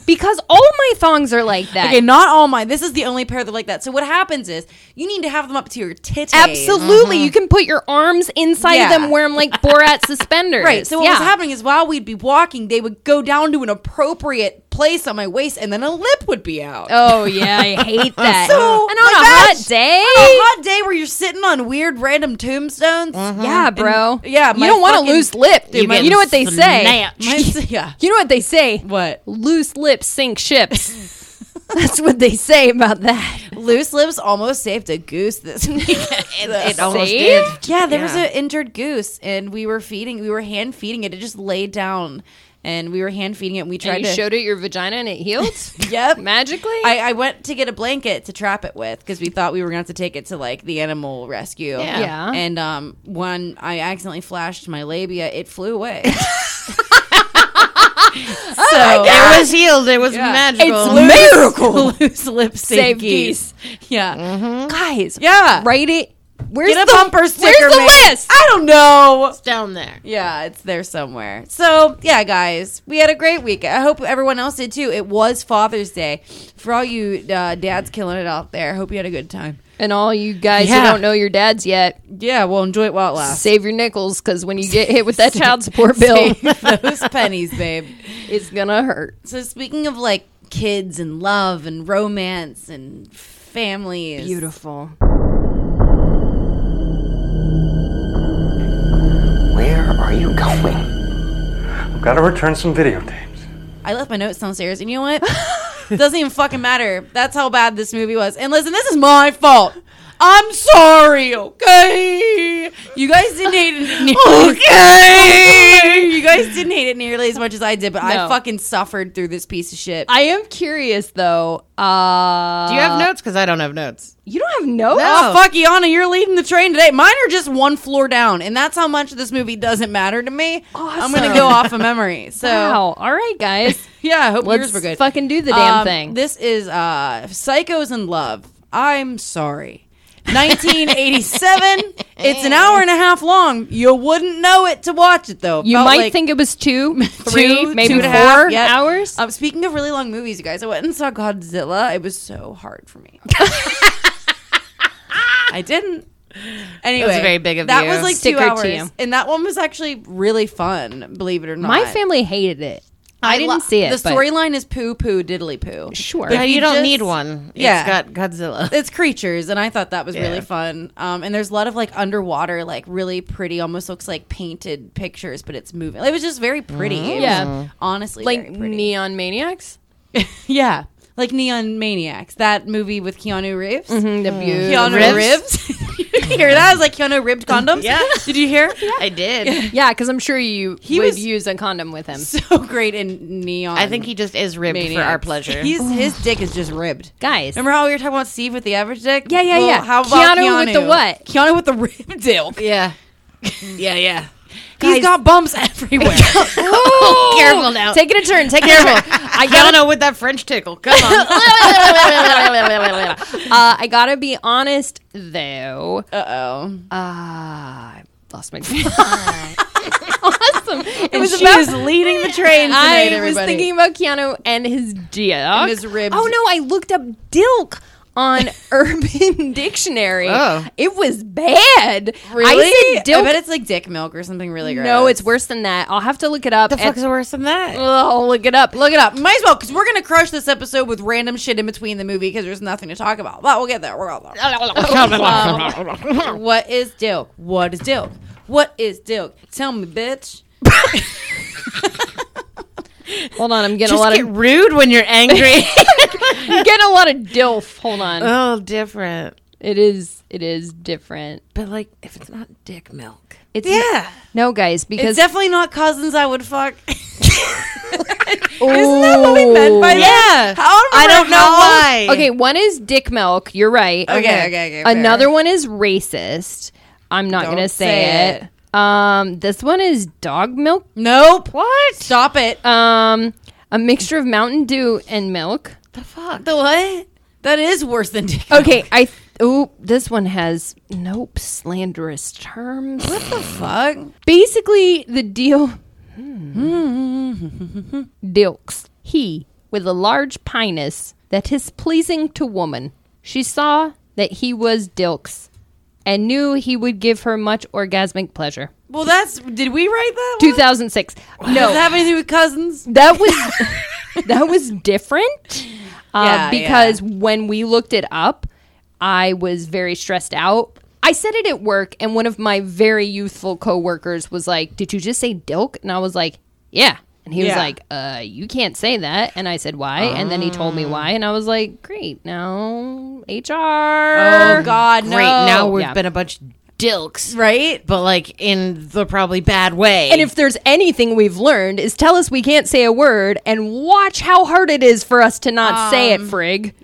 Speaker 2: because all my thongs are like that.
Speaker 1: Okay, not all mine. This is the only pair that are like that. So what happens is you need to have them up to your titties.
Speaker 2: Absolutely. You can put your arms inside
Speaker 1: Yeah.
Speaker 2: them, wear them like Borat suspenders.
Speaker 1: Right. So what was
Speaker 2: Yeah.
Speaker 1: happening is while we'd be walking, they would go down to an appropriate place on my waist, and then a lip would be out.
Speaker 2: Oh, yeah. I hate that.
Speaker 1: So,
Speaker 2: and on
Speaker 1: like
Speaker 2: a
Speaker 1: that-
Speaker 2: hot day.
Speaker 1: On a hot day where you're sitting on weird random tombstones.
Speaker 2: yeah, bro.
Speaker 1: And- yeah,
Speaker 2: You
Speaker 1: my
Speaker 2: don't want
Speaker 1: fucking-
Speaker 2: a loose lip, dude.
Speaker 3: You
Speaker 2: You,
Speaker 3: get
Speaker 2: know what they say?
Speaker 3: snatched.
Speaker 1: Mine's- yeah.
Speaker 2: You know what they say?
Speaker 1: What?
Speaker 2: Loose lips sink ships. That's what they say about that.
Speaker 1: Loose lips almost saved a goose this weekend.
Speaker 3: It almost
Speaker 2: See?
Speaker 3: did.
Speaker 1: yeah, there was
Speaker 3: Yeah.
Speaker 1: an injured goose, and we were feeding, we were hand feeding it. It just laid down, and we were hand feeding it. And we tried
Speaker 2: And you
Speaker 1: to
Speaker 2: showed it your vagina and it healed?
Speaker 1: Yep.
Speaker 2: Magically?
Speaker 1: I, I went to get a blanket to trap it with because we thought we were going to have to take it to like the animal rescue.
Speaker 3: Yeah.
Speaker 2: Yeah.
Speaker 1: And um, when I accidentally flashed my labia, it flew away.
Speaker 2: Oh
Speaker 1: so
Speaker 3: It was healed. It was
Speaker 1: Yeah.
Speaker 3: magical.
Speaker 2: It's
Speaker 1: miracle loose lip
Speaker 2: Save
Speaker 1: save geese. Yeah.
Speaker 2: Guys,
Speaker 1: Yeah.
Speaker 2: write it. Where's
Speaker 1: Get a
Speaker 2: the
Speaker 1: bumper sticker.
Speaker 2: Where's the
Speaker 1: made.
Speaker 2: list?
Speaker 1: I don't know.
Speaker 3: It's down there.
Speaker 1: Yeah, it's there somewhere. So, yeah, guys, we had a great week. I hope everyone else did too. It was Father's Day. For all you uh, dads killing it out there, hope you had a good time.
Speaker 2: And all you guys who
Speaker 3: Yeah.
Speaker 2: don't know your dads yet,
Speaker 1: Yeah, well, enjoy it while it lasts.
Speaker 2: save your nickels because when you get hit with that child support bill,
Speaker 1: Save those pennies, babe.
Speaker 2: it's gonna hurt.
Speaker 1: So speaking of like kids and love and romance and family, is-
Speaker 2: Beautiful.
Speaker 4: Where are you going?
Speaker 5: I've got to return some videotapes.
Speaker 1: I left my notes downstairs, and you know what? Doesn't even fucking matter. That's how bad this movie was. And listen, this is my fault. I'm sorry, okay? You guys didn't hate it nearly. Okay. you guys didn't hate it nearly as much as I did, but I
Speaker 2: No.
Speaker 1: fucking suffered through this piece of shit.
Speaker 2: I am curious though. Uh,
Speaker 3: Do you have notes? Because I don't have notes.
Speaker 2: you don't have notes?
Speaker 1: Oh, fuck, Iana, you're leading the train today. Mine are just one floor down, and that's how much this movie doesn't matter to me. I'm going to go off of memory. So,
Speaker 2: Wow. All right, guys.
Speaker 1: yeah, I hope yours
Speaker 2: Let's
Speaker 1: were good.
Speaker 2: fucking do the damn
Speaker 1: Um,
Speaker 2: thing.
Speaker 1: This is uh, Psychos in Love. I'm sorry. 1987. it's an hour and a half long. You wouldn't know it to watch it, though.
Speaker 2: you
Speaker 1: Felt
Speaker 2: might
Speaker 1: like
Speaker 2: think it was two, three,
Speaker 1: two-
Speaker 2: maybe
Speaker 1: two and
Speaker 2: four
Speaker 1: a half, yep.
Speaker 2: hours.
Speaker 1: Um, speaking of really long movies, you guys, I went and saw Godzilla. It was so hard for me. I didn't. Anyway,
Speaker 3: very big of
Speaker 1: that
Speaker 3: you.
Speaker 1: was like
Speaker 2: Sticker
Speaker 1: two
Speaker 2: to
Speaker 1: hours,
Speaker 2: you.
Speaker 1: and that one was actually really fun. Believe it or not,
Speaker 2: My family hated it. I, didn't
Speaker 1: lo-
Speaker 2: see it.
Speaker 1: The
Speaker 2: but-
Speaker 1: storyline is poo poo diddly poo.
Speaker 2: Sure.
Speaker 3: Yeah, you,
Speaker 1: you
Speaker 3: don't
Speaker 1: just-
Speaker 3: need one.
Speaker 1: Yeah.
Speaker 3: It's got Godzilla.
Speaker 1: It's creatures, and I thought that was
Speaker 3: Yeah.
Speaker 1: really fun. Um, and there's a lot of like underwater, like really pretty, almost looks like painted pictures, but it's moving. It was just very pretty. It was
Speaker 2: Mm-hmm. Yeah.
Speaker 1: honestly,
Speaker 2: like
Speaker 1: very pretty.
Speaker 2: Neon Maniacs.
Speaker 1: Yeah, like Neon Maniacs, that movie with Keanu Reeves.
Speaker 2: Mm-hmm, The
Speaker 3: Hmm.
Speaker 2: view.
Speaker 1: Keanu Reeves.
Speaker 3: Reeves?
Speaker 1: Did you hear that? It was like Keanu ribbed
Speaker 2: Mm-hmm.
Speaker 1: condoms.
Speaker 3: Yeah.
Speaker 1: Did you hear?
Speaker 3: I did.
Speaker 2: Yeah, because I'm sure you
Speaker 1: He
Speaker 2: would
Speaker 1: was-
Speaker 2: use a condom with him.
Speaker 1: So great in neon.
Speaker 3: I think he just is ribbed for our
Speaker 1: Maniacs.
Speaker 3: pleasure.
Speaker 1: He's, his dick is just ribbed.
Speaker 2: Guys.
Speaker 1: Remember how we were talking about Steve with the average dick?
Speaker 2: Yeah, yeah, yeah.
Speaker 1: How about
Speaker 2: Keanu
Speaker 1: Keanu
Speaker 2: with the what?
Speaker 1: Keanu with the ribbed dick.
Speaker 3: yeah. Yeah, yeah.
Speaker 1: He's got bumps everywhere.
Speaker 3: oh, Careful now.
Speaker 2: Take it a turn. Take it a turn. I
Speaker 3: I
Speaker 2: gotta,
Speaker 3: don't know with that French tickle. Come on.
Speaker 2: uh, I gotta be honest though.
Speaker 1: Uh oh.
Speaker 2: Ah, I lost my. awesome. It was
Speaker 1: she
Speaker 2: about.
Speaker 1: is leading the train tonight,
Speaker 2: I was
Speaker 1: everybody.
Speaker 2: thinking about Keanu and his dick.
Speaker 1: his ribs.
Speaker 2: Oh no! I looked up dilk on Urban Dictionary.
Speaker 3: Oh.
Speaker 2: It was bad. I
Speaker 1: Really? I,
Speaker 2: said dilk.
Speaker 1: bet it's like dick milk or something really gross.
Speaker 2: no, it's worse than that. I'll have to look it up.
Speaker 3: The
Speaker 2: and-
Speaker 3: fuck's worse than that?
Speaker 2: I'll look it up.
Speaker 1: Look it up. Might as well, because we're gonna crush this episode with random shit in between the movie because there's nothing to talk about. But we'll get there. We're all there. Um, What is dilk? What is dilk? What is dilk? Tell me, bitch.
Speaker 2: Hold on, I'm getting
Speaker 3: Just
Speaker 2: a lot
Speaker 3: get
Speaker 2: of
Speaker 3: rude when you're angry.
Speaker 2: I'm getting a lot of dilf. Hold on.
Speaker 3: oh, different.
Speaker 2: it is it is different.
Speaker 3: But like, if it's not dick milk,
Speaker 2: It's No, guys,
Speaker 1: It's
Speaker 2: because
Speaker 1: definitely not cousins I would fuck.
Speaker 2: Isn't
Speaker 1: that what we meant by
Speaker 3: yeah.
Speaker 1: How
Speaker 3: I don't know why.
Speaker 2: Okay, one is dick milk. You're right.
Speaker 1: Okay, okay, okay.
Speaker 2: Another one is racist. I'm not
Speaker 1: Don't
Speaker 2: gonna say,
Speaker 1: say
Speaker 2: it. Um, this one is dog milk.
Speaker 1: Nope. What? Stop it.
Speaker 2: Um, a mixture of Mountain Dew and milk.
Speaker 1: the what? That is worse than dick.
Speaker 2: Okay, I. Oh, this one has nope slanderous terms.
Speaker 1: What the fuck?
Speaker 2: Basically, the deal. Dilks. Hmm. He with a large pinus that is pleasing to woman. She saw that he was Dilks and knew he would give her much orgasmic pleasure.
Speaker 1: Well, that's. Did we write that? One?
Speaker 2: 2006.
Speaker 1: Does it
Speaker 2: No,
Speaker 1: have anything to do with cousins?
Speaker 2: that was that was different uh,
Speaker 1: Yeah,
Speaker 2: because when we looked it up, I was very stressed out. I said it at work, and one of my very youthful coworkers was like, "Did you just say dilk?" And I was like, "Yeah." And he was
Speaker 1: Yeah.
Speaker 2: like, "Uh, you can't say that." And I said, "Why?" And then he told
Speaker 1: Ah.
Speaker 2: me why, and I was like, "Great, now HR."
Speaker 1: Oh God, no.
Speaker 3: Great. Now we've
Speaker 2: Yeah.
Speaker 3: been a bunch of dilks,
Speaker 1: right.
Speaker 3: but like in the probably bad way.
Speaker 2: And if there's anything we've learned is tell us we can't say a word and watch how hard it is for us to not say
Speaker 1: Um,
Speaker 2: it, Frig.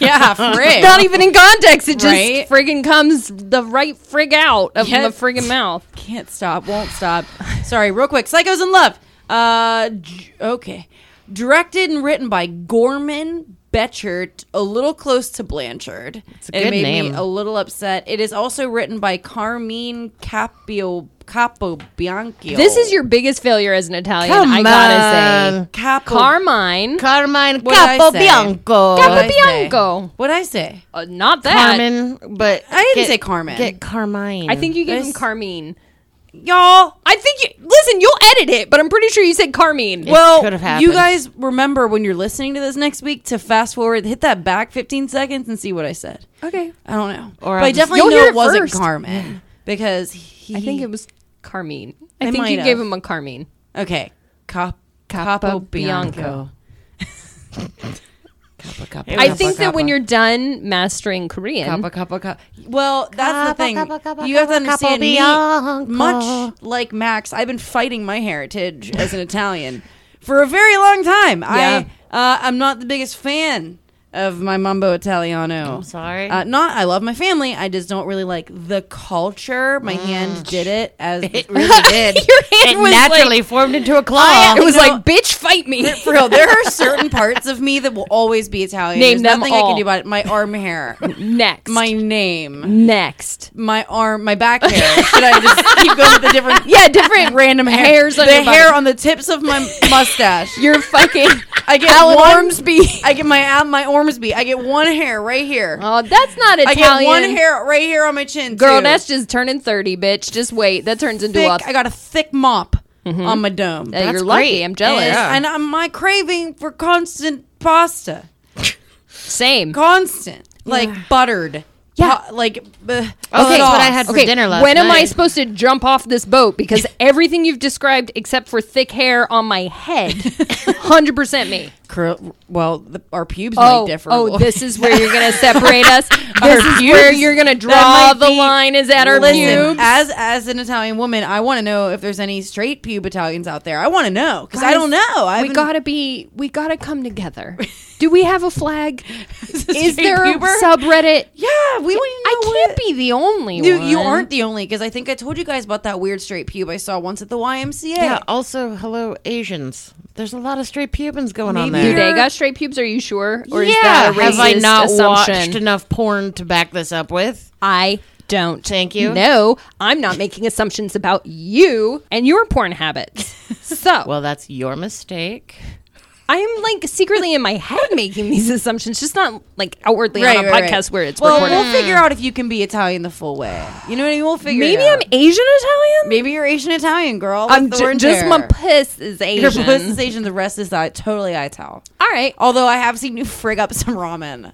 Speaker 1: Yeah, frig.
Speaker 2: Not even in context. It just
Speaker 1: Right?
Speaker 2: friggin' comes the right frig out of
Speaker 1: Yes.
Speaker 2: the friggin' mouth.
Speaker 1: Can't stop, won't stop. Sorry, real quick. Psychos in Love. Uh, j- okay. Directed and written by Gorman Betchert, a little close to Blanchard. It's
Speaker 3: a good
Speaker 1: it made
Speaker 3: name.
Speaker 1: me a little upset. It is also written by Carmine Capio Capobianco.
Speaker 2: This is your biggest failure as an Italian,
Speaker 3: Come
Speaker 2: I gotta say.
Speaker 1: Capo.
Speaker 2: Carmine.
Speaker 3: Carmine
Speaker 1: What'd I say?
Speaker 3: Capobianco.
Speaker 1: What'd I say?
Speaker 2: Capobianco.
Speaker 1: What'd I say?
Speaker 2: Uh, not that.
Speaker 3: Carmen, but
Speaker 1: I didn't say Carmen.
Speaker 3: Get Carmine.
Speaker 2: I think you gave
Speaker 1: This-
Speaker 2: him Carmine.
Speaker 1: Y'all.
Speaker 2: I think you listen, you'll edit it, but I'm pretty sure you said Carmine.
Speaker 3: could have
Speaker 1: Well,
Speaker 3: happened.
Speaker 1: you guys remember when you're listening to this next week to fast forward, hit that back 15 seconds and see what I said.
Speaker 2: okay.
Speaker 1: I don't know.
Speaker 3: Or
Speaker 1: but I
Speaker 3: I'll just-
Speaker 1: definitely
Speaker 2: You'll
Speaker 1: know
Speaker 2: hear
Speaker 1: it
Speaker 2: it
Speaker 1: wasn't
Speaker 2: first.
Speaker 1: Carmen because he.
Speaker 2: I think it was Carmine. I
Speaker 1: It
Speaker 2: think you
Speaker 1: might
Speaker 2: gave
Speaker 1: have.
Speaker 2: him a Carmine.
Speaker 1: okay. Cap-
Speaker 2: Capo
Speaker 1: Capo
Speaker 2: Bianco.
Speaker 1: Bianco.
Speaker 2: I think that when you're done mastering Korean,
Speaker 1: Well, that's
Speaker 3: Capo,
Speaker 1: the thing.
Speaker 3: capo, capo,
Speaker 1: you have
Speaker 3: capo, capo
Speaker 1: to understand me,
Speaker 3: Bianco.
Speaker 1: much like Max, I've been fighting my heritage as an Italian for a very long time.
Speaker 2: Yeah.
Speaker 1: I uh, I'm not the biggest fan of my mambo italiano. I'm
Speaker 3: sorry.
Speaker 1: Uh, not I love my family. I just don't really like the culture. My hand did it as
Speaker 3: It really did.
Speaker 2: Your hand
Speaker 3: it
Speaker 2: was
Speaker 3: naturally
Speaker 2: like-
Speaker 3: formed into a claw.
Speaker 2: it was
Speaker 1: you know-
Speaker 2: like, bitch, fight me.
Speaker 1: For real, there are certain parts of me that will always be Italian.
Speaker 2: Name
Speaker 1: There's
Speaker 2: them
Speaker 1: nothing I
Speaker 2: all.
Speaker 1: can do about it. My arm hair,
Speaker 2: Next.
Speaker 1: my name,
Speaker 2: next.
Speaker 1: my arm, my back hair. Should I just keep going with the different
Speaker 2: Yeah, different
Speaker 1: random hair?
Speaker 2: hairs on
Speaker 1: the
Speaker 2: your body.
Speaker 1: hair on the tips of my mustache.
Speaker 2: You're fucking
Speaker 1: I get
Speaker 2: Alan
Speaker 1: one,
Speaker 2: Ormsby.
Speaker 1: I get my uh, my Ormsby. I get one hair right here.
Speaker 2: Oh, that's not
Speaker 1: I
Speaker 2: Italian.
Speaker 1: get one hair right here on my chin.
Speaker 2: Girl,
Speaker 1: too.
Speaker 2: that's just turning 30, bitch. Just wait. That turns into
Speaker 1: thick.
Speaker 2: a.
Speaker 1: I got a thick mop on my dome.
Speaker 2: Uh,
Speaker 3: That's
Speaker 2: you're lucky.
Speaker 3: great.
Speaker 2: I'm jealous.
Speaker 1: And, and I'm my craving for constant pasta,
Speaker 2: Same.
Speaker 1: constant like buttered.
Speaker 2: Yeah.
Speaker 1: Pa- like uh,
Speaker 3: Oh, that's what I
Speaker 1: sauce.
Speaker 3: had for
Speaker 2: okay,
Speaker 3: dinner last
Speaker 2: when am I
Speaker 3: night.
Speaker 2: supposed to jump off this boat? Because everything you've described, except for thick hair on my head, hundred percent me.
Speaker 1: Curl, well, the, our pubes
Speaker 2: Oh,
Speaker 1: might differ. a
Speaker 2: oh,
Speaker 1: little.
Speaker 2: this is where you're gonna separate us. This is
Speaker 1: pubes?
Speaker 2: where you're gonna draw
Speaker 1: might
Speaker 2: the
Speaker 1: be-
Speaker 2: line. Is at our
Speaker 1: Listen,
Speaker 2: pubes?
Speaker 1: as as an Italian woman, I want to know if there's any straight pube Italians out there. I want to know because I don't know. I
Speaker 2: we
Speaker 1: haven't-
Speaker 2: gotta be. We gotta come together. Do we have a flag? Is
Speaker 1: Straight
Speaker 2: there a
Speaker 1: puber?
Speaker 2: subreddit?
Speaker 1: Yeah, we want to know.
Speaker 2: I
Speaker 1: what-
Speaker 2: can't be the only
Speaker 1: You,
Speaker 2: one.
Speaker 1: you aren't the only because I think I told you guys about that weird straight pube I saw once at the YMCA.
Speaker 3: Yeah. Also, hello Asians. There's a lot of straight Cubans going on
Speaker 1: Maybe
Speaker 2: Do
Speaker 3: there.
Speaker 1: you're-
Speaker 2: they got straight pubes? Are you sure? Or is
Speaker 3: yeah.
Speaker 2: that a racist
Speaker 3: Have I not
Speaker 2: assumption?
Speaker 3: watched enough porn to back this up with?
Speaker 2: I don't.
Speaker 3: Thank you.
Speaker 2: No, I'm not making assumptions about you and your porn habits. So,
Speaker 3: Well, that's your mistake.
Speaker 2: I am like secretly in my head making these assumptions, just not like outwardly on a podcast where it's
Speaker 1: well,
Speaker 2: recorded.
Speaker 1: we'll figure out if you can be Italian the full way. You know what I mean? We'll figure.
Speaker 2: Maybe
Speaker 1: it
Speaker 2: I'm
Speaker 1: out.
Speaker 2: Asian Italian.
Speaker 1: Maybe you're Asian Italian girl.
Speaker 2: I'm
Speaker 1: That's
Speaker 2: ju-
Speaker 1: the word
Speaker 2: just
Speaker 1: there.
Speaker 2: my piss is
Speaker 1: Your
Speaker 2: Asian.
Speaker 1: puss is Asian. The rest is uh, totally Ital.
Speaker 2: All right.
Speaker 1: Although I have seen you frig up some ramen.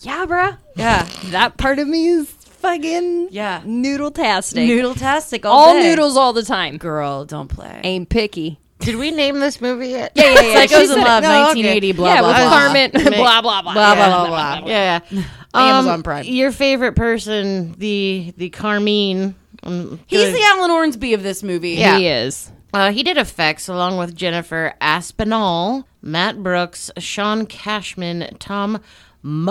Speaker 2: Yeah, bruh.
Speaker 1: Yeah,
Speaker 2: That part of me is fucking
Speaker 1: Yeah.
Speaker 2: noodle tastic.
Speaker 1: noodle tastic. All,
Speaker 2: all
Speaker 1: day.
Speaker 2: noodles all the time.
Speaker 1: girl. Don't play.
Speaker 2: Ain't picky. oh,
Speaker 3: Did we name this movie yet?
Speaker 2: Yeah, yeah, yeah.
Speaker 1: Psychos
Speaker 2: She
Speaker 1: in
Speaker 2: said-
Speaker 1: Love,
Speaker 3: no, okay.
Speaker 1: 1980. Blah
Speaker 2: yeah,
Speaker 1: blah
Speaker 2: we'll
Speaker 1: blah.
Speaker 2: farm it. blah blah blah.
Speaker 3: blah
Speaker 2: Yeah.
Speaker 3: blah blah blah. Yeah, yeah. Um,
Speaker 1: Amazon Prime.
Speaker 3: Your favorite person, the the Carmine. um,
Speaker 1: He's
Speaker 3: doing-
Speaker 1: the Alan Ornsby of this movie.
Speaker 3: Yeah.
Speaker 2: He is.
Speaker 3: uh, he did effects along with Jennifer Aspinall, Matt Brooks, Sean Cashman, Tom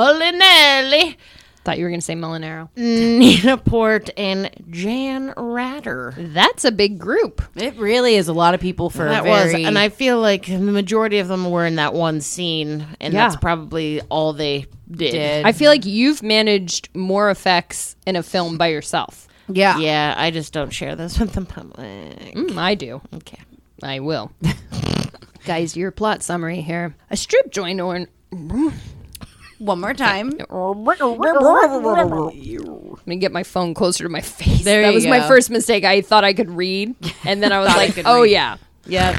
Speaker 3: Molinelli,
Speaker 2: Thought you were gonna say Molinaro.
Speaker 3: Nina Port, and Jan Ratter.
Speaker 2: That's a big group.
Speaker 1: It really is a lot of people for
Speaker 3: That
Speaker 1: a very.
Speaker 3: was, and I feel like the majority of them were in that one scene, and
Speaker 2: Yeah.
Speaker 3: that's probably all they did.
Speaker 1: Did.
Speaker 2: I feel like you've managed more effects in a film by yourself.
Speaker 1: yeah.
Speaker 3: Yeah, I just don't share this with the public.
Speaker 2: Mm, I do.
Speaker 3: Okay.
Speaker 2: I will. Guys, your plot summary here. A strip joint or an
Speaker 1: One more time.
Speaker 2: Let me get my phone closer to my face.
Speaker 1: There
Speaker 2: that
Speaker 1: you
Speaker 2: was my
Speaker 1: go.
Speaker 2: first mistake. I thought I could read, and then I was
Speaker 1: Thought I
Speaker 2: like,
Speaker 1: could
Speaker 2: "Oh
Speaker 1: read.
Speaker 2: yeah,
Speaker 1: Yep.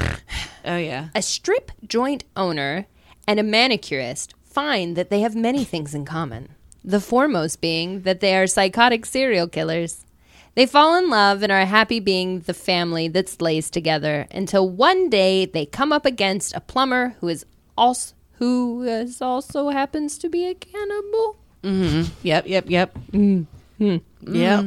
Speaker 1: Oh yeah.
Speaker 2: a strip joint owner and a manicurist find that they have many things in common, the foremost being that they are psychotic serial killers. They fall in love and are happy being the family that slays together until one day they come up against a plumber who is also who is also happens to be a cannibal.
Speaker 1: Yep. Yep. Yep.
Speaker 3: Mm-hmm.
Speaker 1: Mm-hmm. Yep.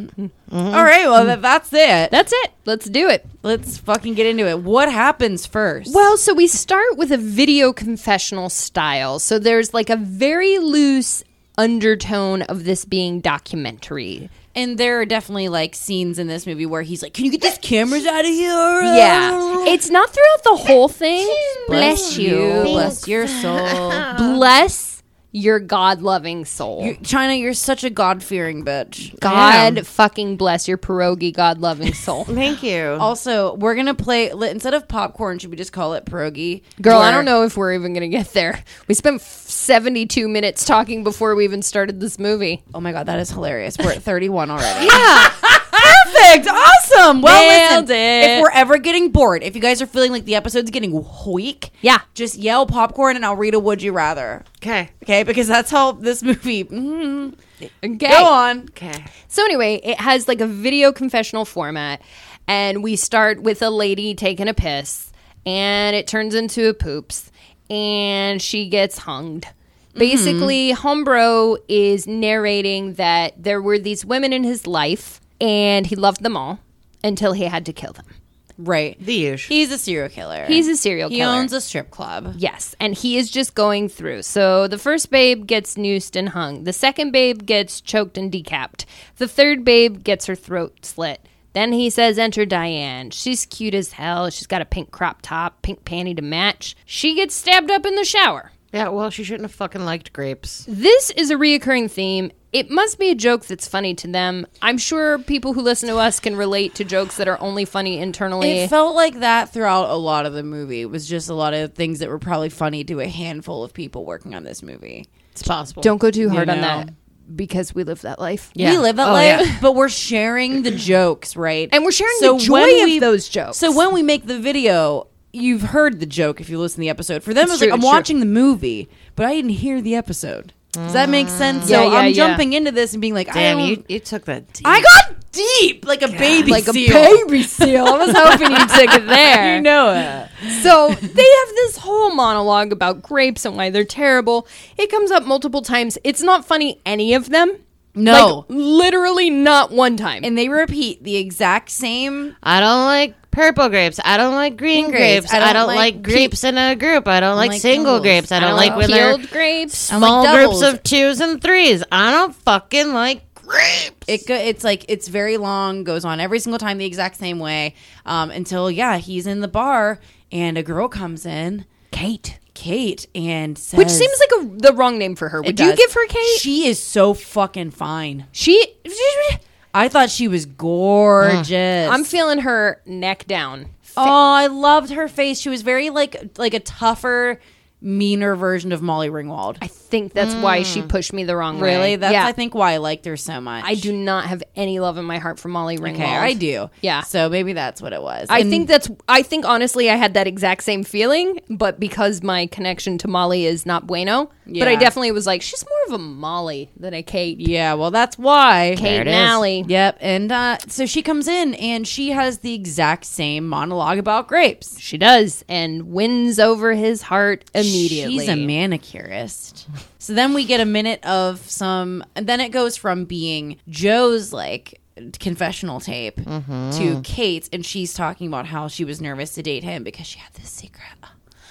Speaker 1: All right. Well, that, that's it.
Speaker 2: That's it. Let's do it.
Speaker 1: Let's fucking get into it. What happens first?
Speaker 2: Well, so we start with a video confessional style. So there's like a very loose undertone of this being documentary.
Speaker 1: and there are definitely like scenes in this movie where he's like, "Can you get these cameras out of here?"
Speaker 2: Yeah. Oh. It's not throughout the whole thing.
Speaker 1: Bless you. Bless your soul.
Speaker 2: Bless your God loving soul.
Speaker 1: You- China, you're such a God fearing bitch.
Speaker 2: God fucking bless your pierogi God loving soul.
Speaker 3: Thank you.
Speaker 1: Also, we're gonna play li- instead of popcorn. Should we just call it pierogi?
Speaker 2: Girl, I
Speaker 1: Where-
Speaker 2: don't know if we're even going to get there. We spent f- 72 minutes talking before we even started this movie.
Speaker 1: Oh my god, that is hilarious. We're at 31 already.
Speaker 2: Yeah.
Speaker 1: Perfect. Awesome. Well,
Speaker 2: Nailed
Speaker 1: listen,
Speaker 2: it.
Speaker 1: if we're ever getting bored, if you guys are feeling like the episode's getting weak,
Speaker 2: Yeah.
Speaker 1: just yell popcorn and I'll read a would you rather.
Speaker 3: Okay.
Speaker 1: Okay, because that's how this movie. Mm,
Speaker 2: Okay.
Speaker 1: Go on.
Speaker 3: Okay.
Speaker 2: So anyway, it has like a video confessional format, and we start with a lady taking a piss, and it turns into a poops, and she gets hunged.
Speaker 1: Mm-hmm.
Speaker 2: Basically, Hombro is narrating that there were these women in his life, and he loved them all until he had to kill them.
Speaker 1: Right.
Speaker 3: The usual.
Speaker 1: He's a serial killer.
Speaker 2: He's a serial
Speaker 1: He
Speaker 2: killer.
Speaker 1: owns a strip club.
Speaker 2: Yes, and he is just going through. So the first babe gets noosed and hung. The second babe gets choked and decapped. The third babe gets her throat slit. Then he says, Enter Diane. She's cute as hell. She's got a pink crop top, pink panty to match. She gets stabbed up in the shower.
Speaker 3: Yeah, well, she shouldn't have fucking liked grapes.
Speaker 2: This is a reoccurring theme. It must be a joke that's funny to them. I'm sure people who listen to us can relate to jokes that are only funny internally.
Speaker 1: It felt like that throughout a lot of the movie. It was just a lot of things that were probably funny to a handful of people working on this movie.
Speaker 3: It's possible.
Speaker 2: Don't go too hard on
Speaker 1: know.
Speaker 2: that because we live that life.
Speaker 1: We live that
Speaker 3: Oh,
Speaker 1: life,
Speaker 3: yeah.
Speaker 1: but we're sharing the jokes, right?
Speaker 2: And we're sharing the joy
Speaker 1: when
Speaker 2: of those jokes.
Speaker 1: So when we make the video, you've heard the joke if you listen to the episode. For them,
Speaker 2: It's
Speaker 1: it was
Speaker 2: true,
Speaker 1: like, I'm
Speaker 2: it's true.
Speaker 1: watching the movie, but I didn't hear the episode. Does that make sense?
Speaker 2: Mm. Yeah,
Speaker 1: so
Speaker 2: yeah,
Speaker 1: I'm
Speaker 2: yeah.
Speaker 1: jumping into this and being like,
Speaker 3: Damn,
Speaker 1: I
Speaker 3: you,
Speaker 1: don't-
Speaker 3: you took that deep.
Speaker 1: I got deep like a baby
Speaker 2: Like
Speaker 1: seal.
Speaker 2: a baby seal. I was hoping you'd take it there.
Speaker 1: You know it.
Speaker 2: So they have this whole monologue about grapes and why they're terrible. It comes up multiple times. It's not funny any of them.
Speaker 1: No.
Speaker 2: Like literally not one time.
Speaker 1: and they repeat the exact same.
Speaker 3: I don't like purple grapes. I don't like green grapes. I don't, like, grapes in a group. I don't like,
Speaker 1: uh, like
Speaker 3: single
Speaker 1: doubles.
Speaker 3: grapes. I don't, like when they're
Speaker 2: peeled grapes.
Speaker 1: I don't
Speaker 3: small
Speaker 1: like
Speaker 3: groups
Speaker 1: doubles.
Speaker 3: of twos and threes. I don't fucking like grapes.
Speaker 1: It go, it's like it's very long, goes on every single time the exact same way um, until yeah, he's in the bar and a girl comes in, Kate, Kate, and says,
Speaker 2: Which seems like a, the wrong name for her. Would you
Speaker 1: does.
Speaker 2: give her Kate?
Speaker 1: She is so fucking fine.
Speaker 2: She,
Speaker 1: I thought she was gorgeous.
Speaker 2: I'm feeling her neck down.
Speaker 1: oh, I loved her face. She was very like like a tougher meaner version of Molly Ringwald.
Speaker 2: I think that's why she pushed me the wrong way.
Speaker 1: Mm. Really? That's
Speaker 2: yeah.
Speaker 1: I think why I liked her so much.
Speaker 2: I do not have any love in my heart for Molly Ringwald.
Speaker 1: Okay, I do.
Speaker 2: Yeah.
Speaker 1: So maybe that's what it was.
Speaker 2: I
Speaker 1: And-
Speaker 2: think that's. I think honestly, I had that exact same feeling, but because my connection to Molly is not bueno, but I
Speaker 1: Yeah.
Speaker 2: definitely was like, she's more of a Molly than a Kate.
Speaker 1: Yeah, well, that's why.
Speaker 2: Kate and Allie.
Speaker 1: Yep. And uh, so she comes in and she has the exact same monologue about grapes.
Speaker 2: She does, and wins over his heart immediately.
Speaker 1: She's a manicurist. so then we get a minute of some, and then it goes from being Joe's like confessional tape to Kate's, and she's talking about how she was nervous to date him because she had this secret.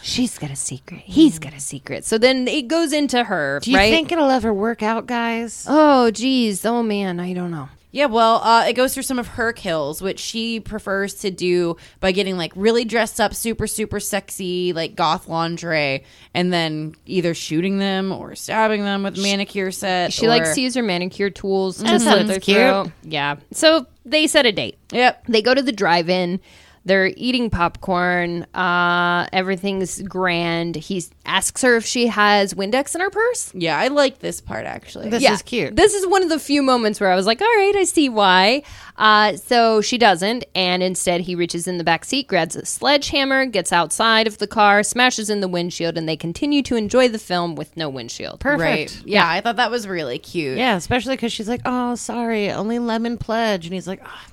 Speaker 2: She's got a secret. He's got a secret. So then it goes into her,
Speaker 3: Do you
Speaker 2: right?
Speaker 3: think it'll ever work out, guys?
Speaker 2: oh, geez. Oh, man. I don't know.
Speaker 1: Yeah, well, uh, it goes through some of her kills, which she prefers to do by getting like really dressed up, super, super sexy, like goth lingerie, and then either shooting them or stabbing them with a manicure set.
Speaker 2: She
Speaker 1: or-
Speaker 2: likes to use her manicure tools to slit
Speaker 3: sounds
Speaker 2: their
Speaker 3: cute.
Speaker 2: throat. Yeah. So they set a date.
Speaker 1: Yep.
Speaker 2: They go to the drive-in. They're eating popcorn. Uh, everything's grand. He asks her if she has Windex in her purse.
Speaker 1: Yeah, I like this part actually.
Speaker 3: This is cute.
Speaker 2: This is one of the few moments where I was like, all right, I see why. Uh, so she doesn't. And instead, he reaches in the back seat, grabs a sledgehammer, gets outside of the car, smashes in the windshield, and they continue to enjoy the film with no windshield.
Speaker 1: right. Yeah, I thought that was really cute.
Speaker 3: Yeah, especially because she's like, "Oh, sorry, only lemon pledge," and he's like, "Ah,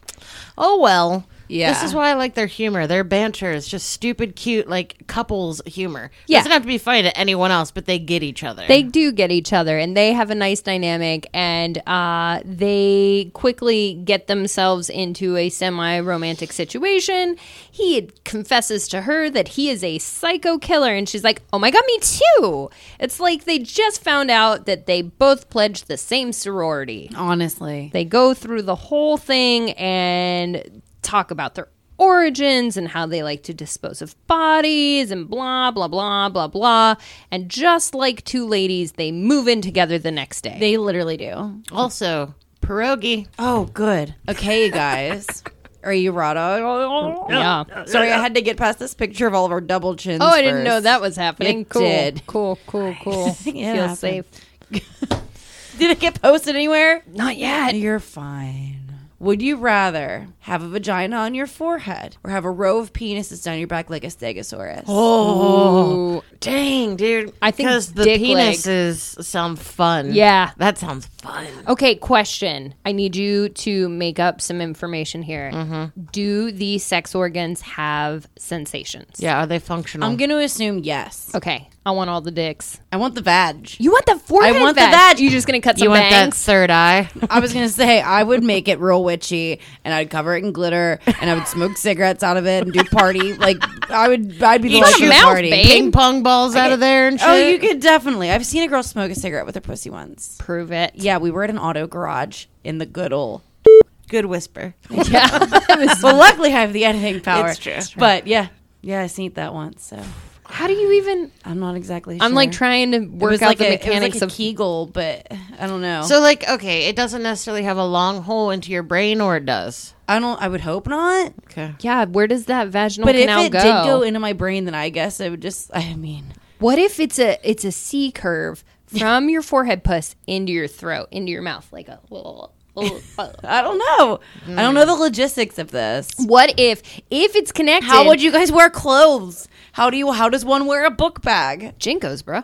Speaker 3: "Oh well."
Speaker 1: Yeah.
Speaker 3: this is why I like their humor. Their banter is just stupid, cute, like couples humor.
Speaker 2: Yeah.
Speaker 3: doesn't have to be funny to anyone else, but they get each other.
Speaker 2: They do get each other and they have a nice dynamic, and uh, they quickly get themselves into a semi romantic situation. He confesses to her that he is a psycho killer, and she's like, Oh my God, me too. It's like they just found out that they both pledged the same sorority.
Speaker 1: Honestly.
Speaker 2: They go through the whole thing and talk about their origins and how they like to dispose of bodies and blah, blah, blah, blah, blah. And just like two ladies, they move in together the next day.
Speaker 1: They literally do.
Speaker 3: also pierogi.
Speaker 1: Oh, good. Okay, you guys. Are you rada?
Speaker 2: yeah.
Speaker 1: Sorry, I had to get past this picture of all of our double chins.
Speaker 2: Oh, I didn't know
Speaker 1: first.
Speaker 2: that was happening.
Speaker 1: It
Speaker 2: cool.
Speaker 1: did.
Speaker 2: Cool, cool, cool.
Speaker 1: Yeah, it
Speaker 2: Feel
Speaker 1: happened.
Speaker 2: safe.
Speaker 1: Did it get posted anywhere?
Speaker 2: Not yet.
Speaker 1: You're fine. Would you rather have a vagina on your forehead or have a row of penises down your back like a stegosaurus?
Speaker 3: Oh, dang, dude!
Speaker 2: I think
Speaker 3: because the
Speaker 2: dick
Speaker 3: penis
Speaker 2: legs.
Speaker 3: is sound fun.
Speaker 2: Yeah.
Speaker 3: that sounds fun.
Speaker 2: Okay, question. I need you to make up some information here.
Speaker 1: Mm-hmm.
Speaker 2: Do the sex organs have sensations?
Speaker 3: Yeah, are they functional?
Speaker 1: I'm going to assume yes.
Speaker 2: Okay, I want all the dicks.
Speaker 1: I want the vag.
Speaker 2: You want the forehead?
Speaker 1: I want the
Speaker 2: vag.
Speaker 1: vag.
Speaker 2: You're just gonna cut some
Speaker 3: you want that
Speaker 2: bangs.
Speaker 3: third eye?
Speaker 1: I was going to say I would make it real witchy and I'd cover it in glitter and I would smoke cigarettes out of it and do party like I would I'd be the
Speaker 3: You
Speaker 1: life
Speaker 3: got
Speaker 1: of
Speaker 3: a
Speaker 1: the
Speaker 2: mouth,
Speaker 1: party.
Speaker 2: babe.
Speaker 3: Ping pong balls out of there and shit.
Speaker 1: Oh, you could definitely. I've seen a girl smoke a cigarette with her pussy once.
Speaker 2: Prove it.
Speaker 1: Yeah, we were at an auto garage in the good old
Speaker 3: good whisper.
Speaker 1: well, luckily I have the editing power.
Speaker 3: It's true.
Speaker 1: But yeah, yeah, I seen that once. So
Speaker 2: How do you even?
Speaker 1: I'm not exactly. sure.
Speaker 2: I'm like trying to
Speaker 1: It
Speaker 2: work
Speaker 1: was
Speaker 2: out
Speaker 1: like
Speaker 2: the
Speaker 1: a,
Speaker 2: mechanics
Speaker 1: it was like a
Speaker 2: of.
Speaker 1: Kegel, but I don't know.
Speaker 3: So, like, okay, it doesn't necessarily have a long hole into your brain, or it does.
Speaker 1: I don't. I would hope not.
Speaker 3: Okay.
Speaker 2: yeah, where does that vaginal
Speaker 1: But if
Speaker 2: canal
Speaker 1: it
Speaker 2: go?
Speaker 1: did go into my brain, then I guess I would just. I mean,
Speaker 2: what if it's a it's a C curve from your forehead puss into your throat, into your mouth, like a little. uh,
Speaker 1: I don't know. I don't know the logistics of this.
Speaker 2: what if if it's connected?
Speaker 1: How would you guys wear clothes? How do you? How does one wear a book bag?
Speaker 2: Jinkos, bro?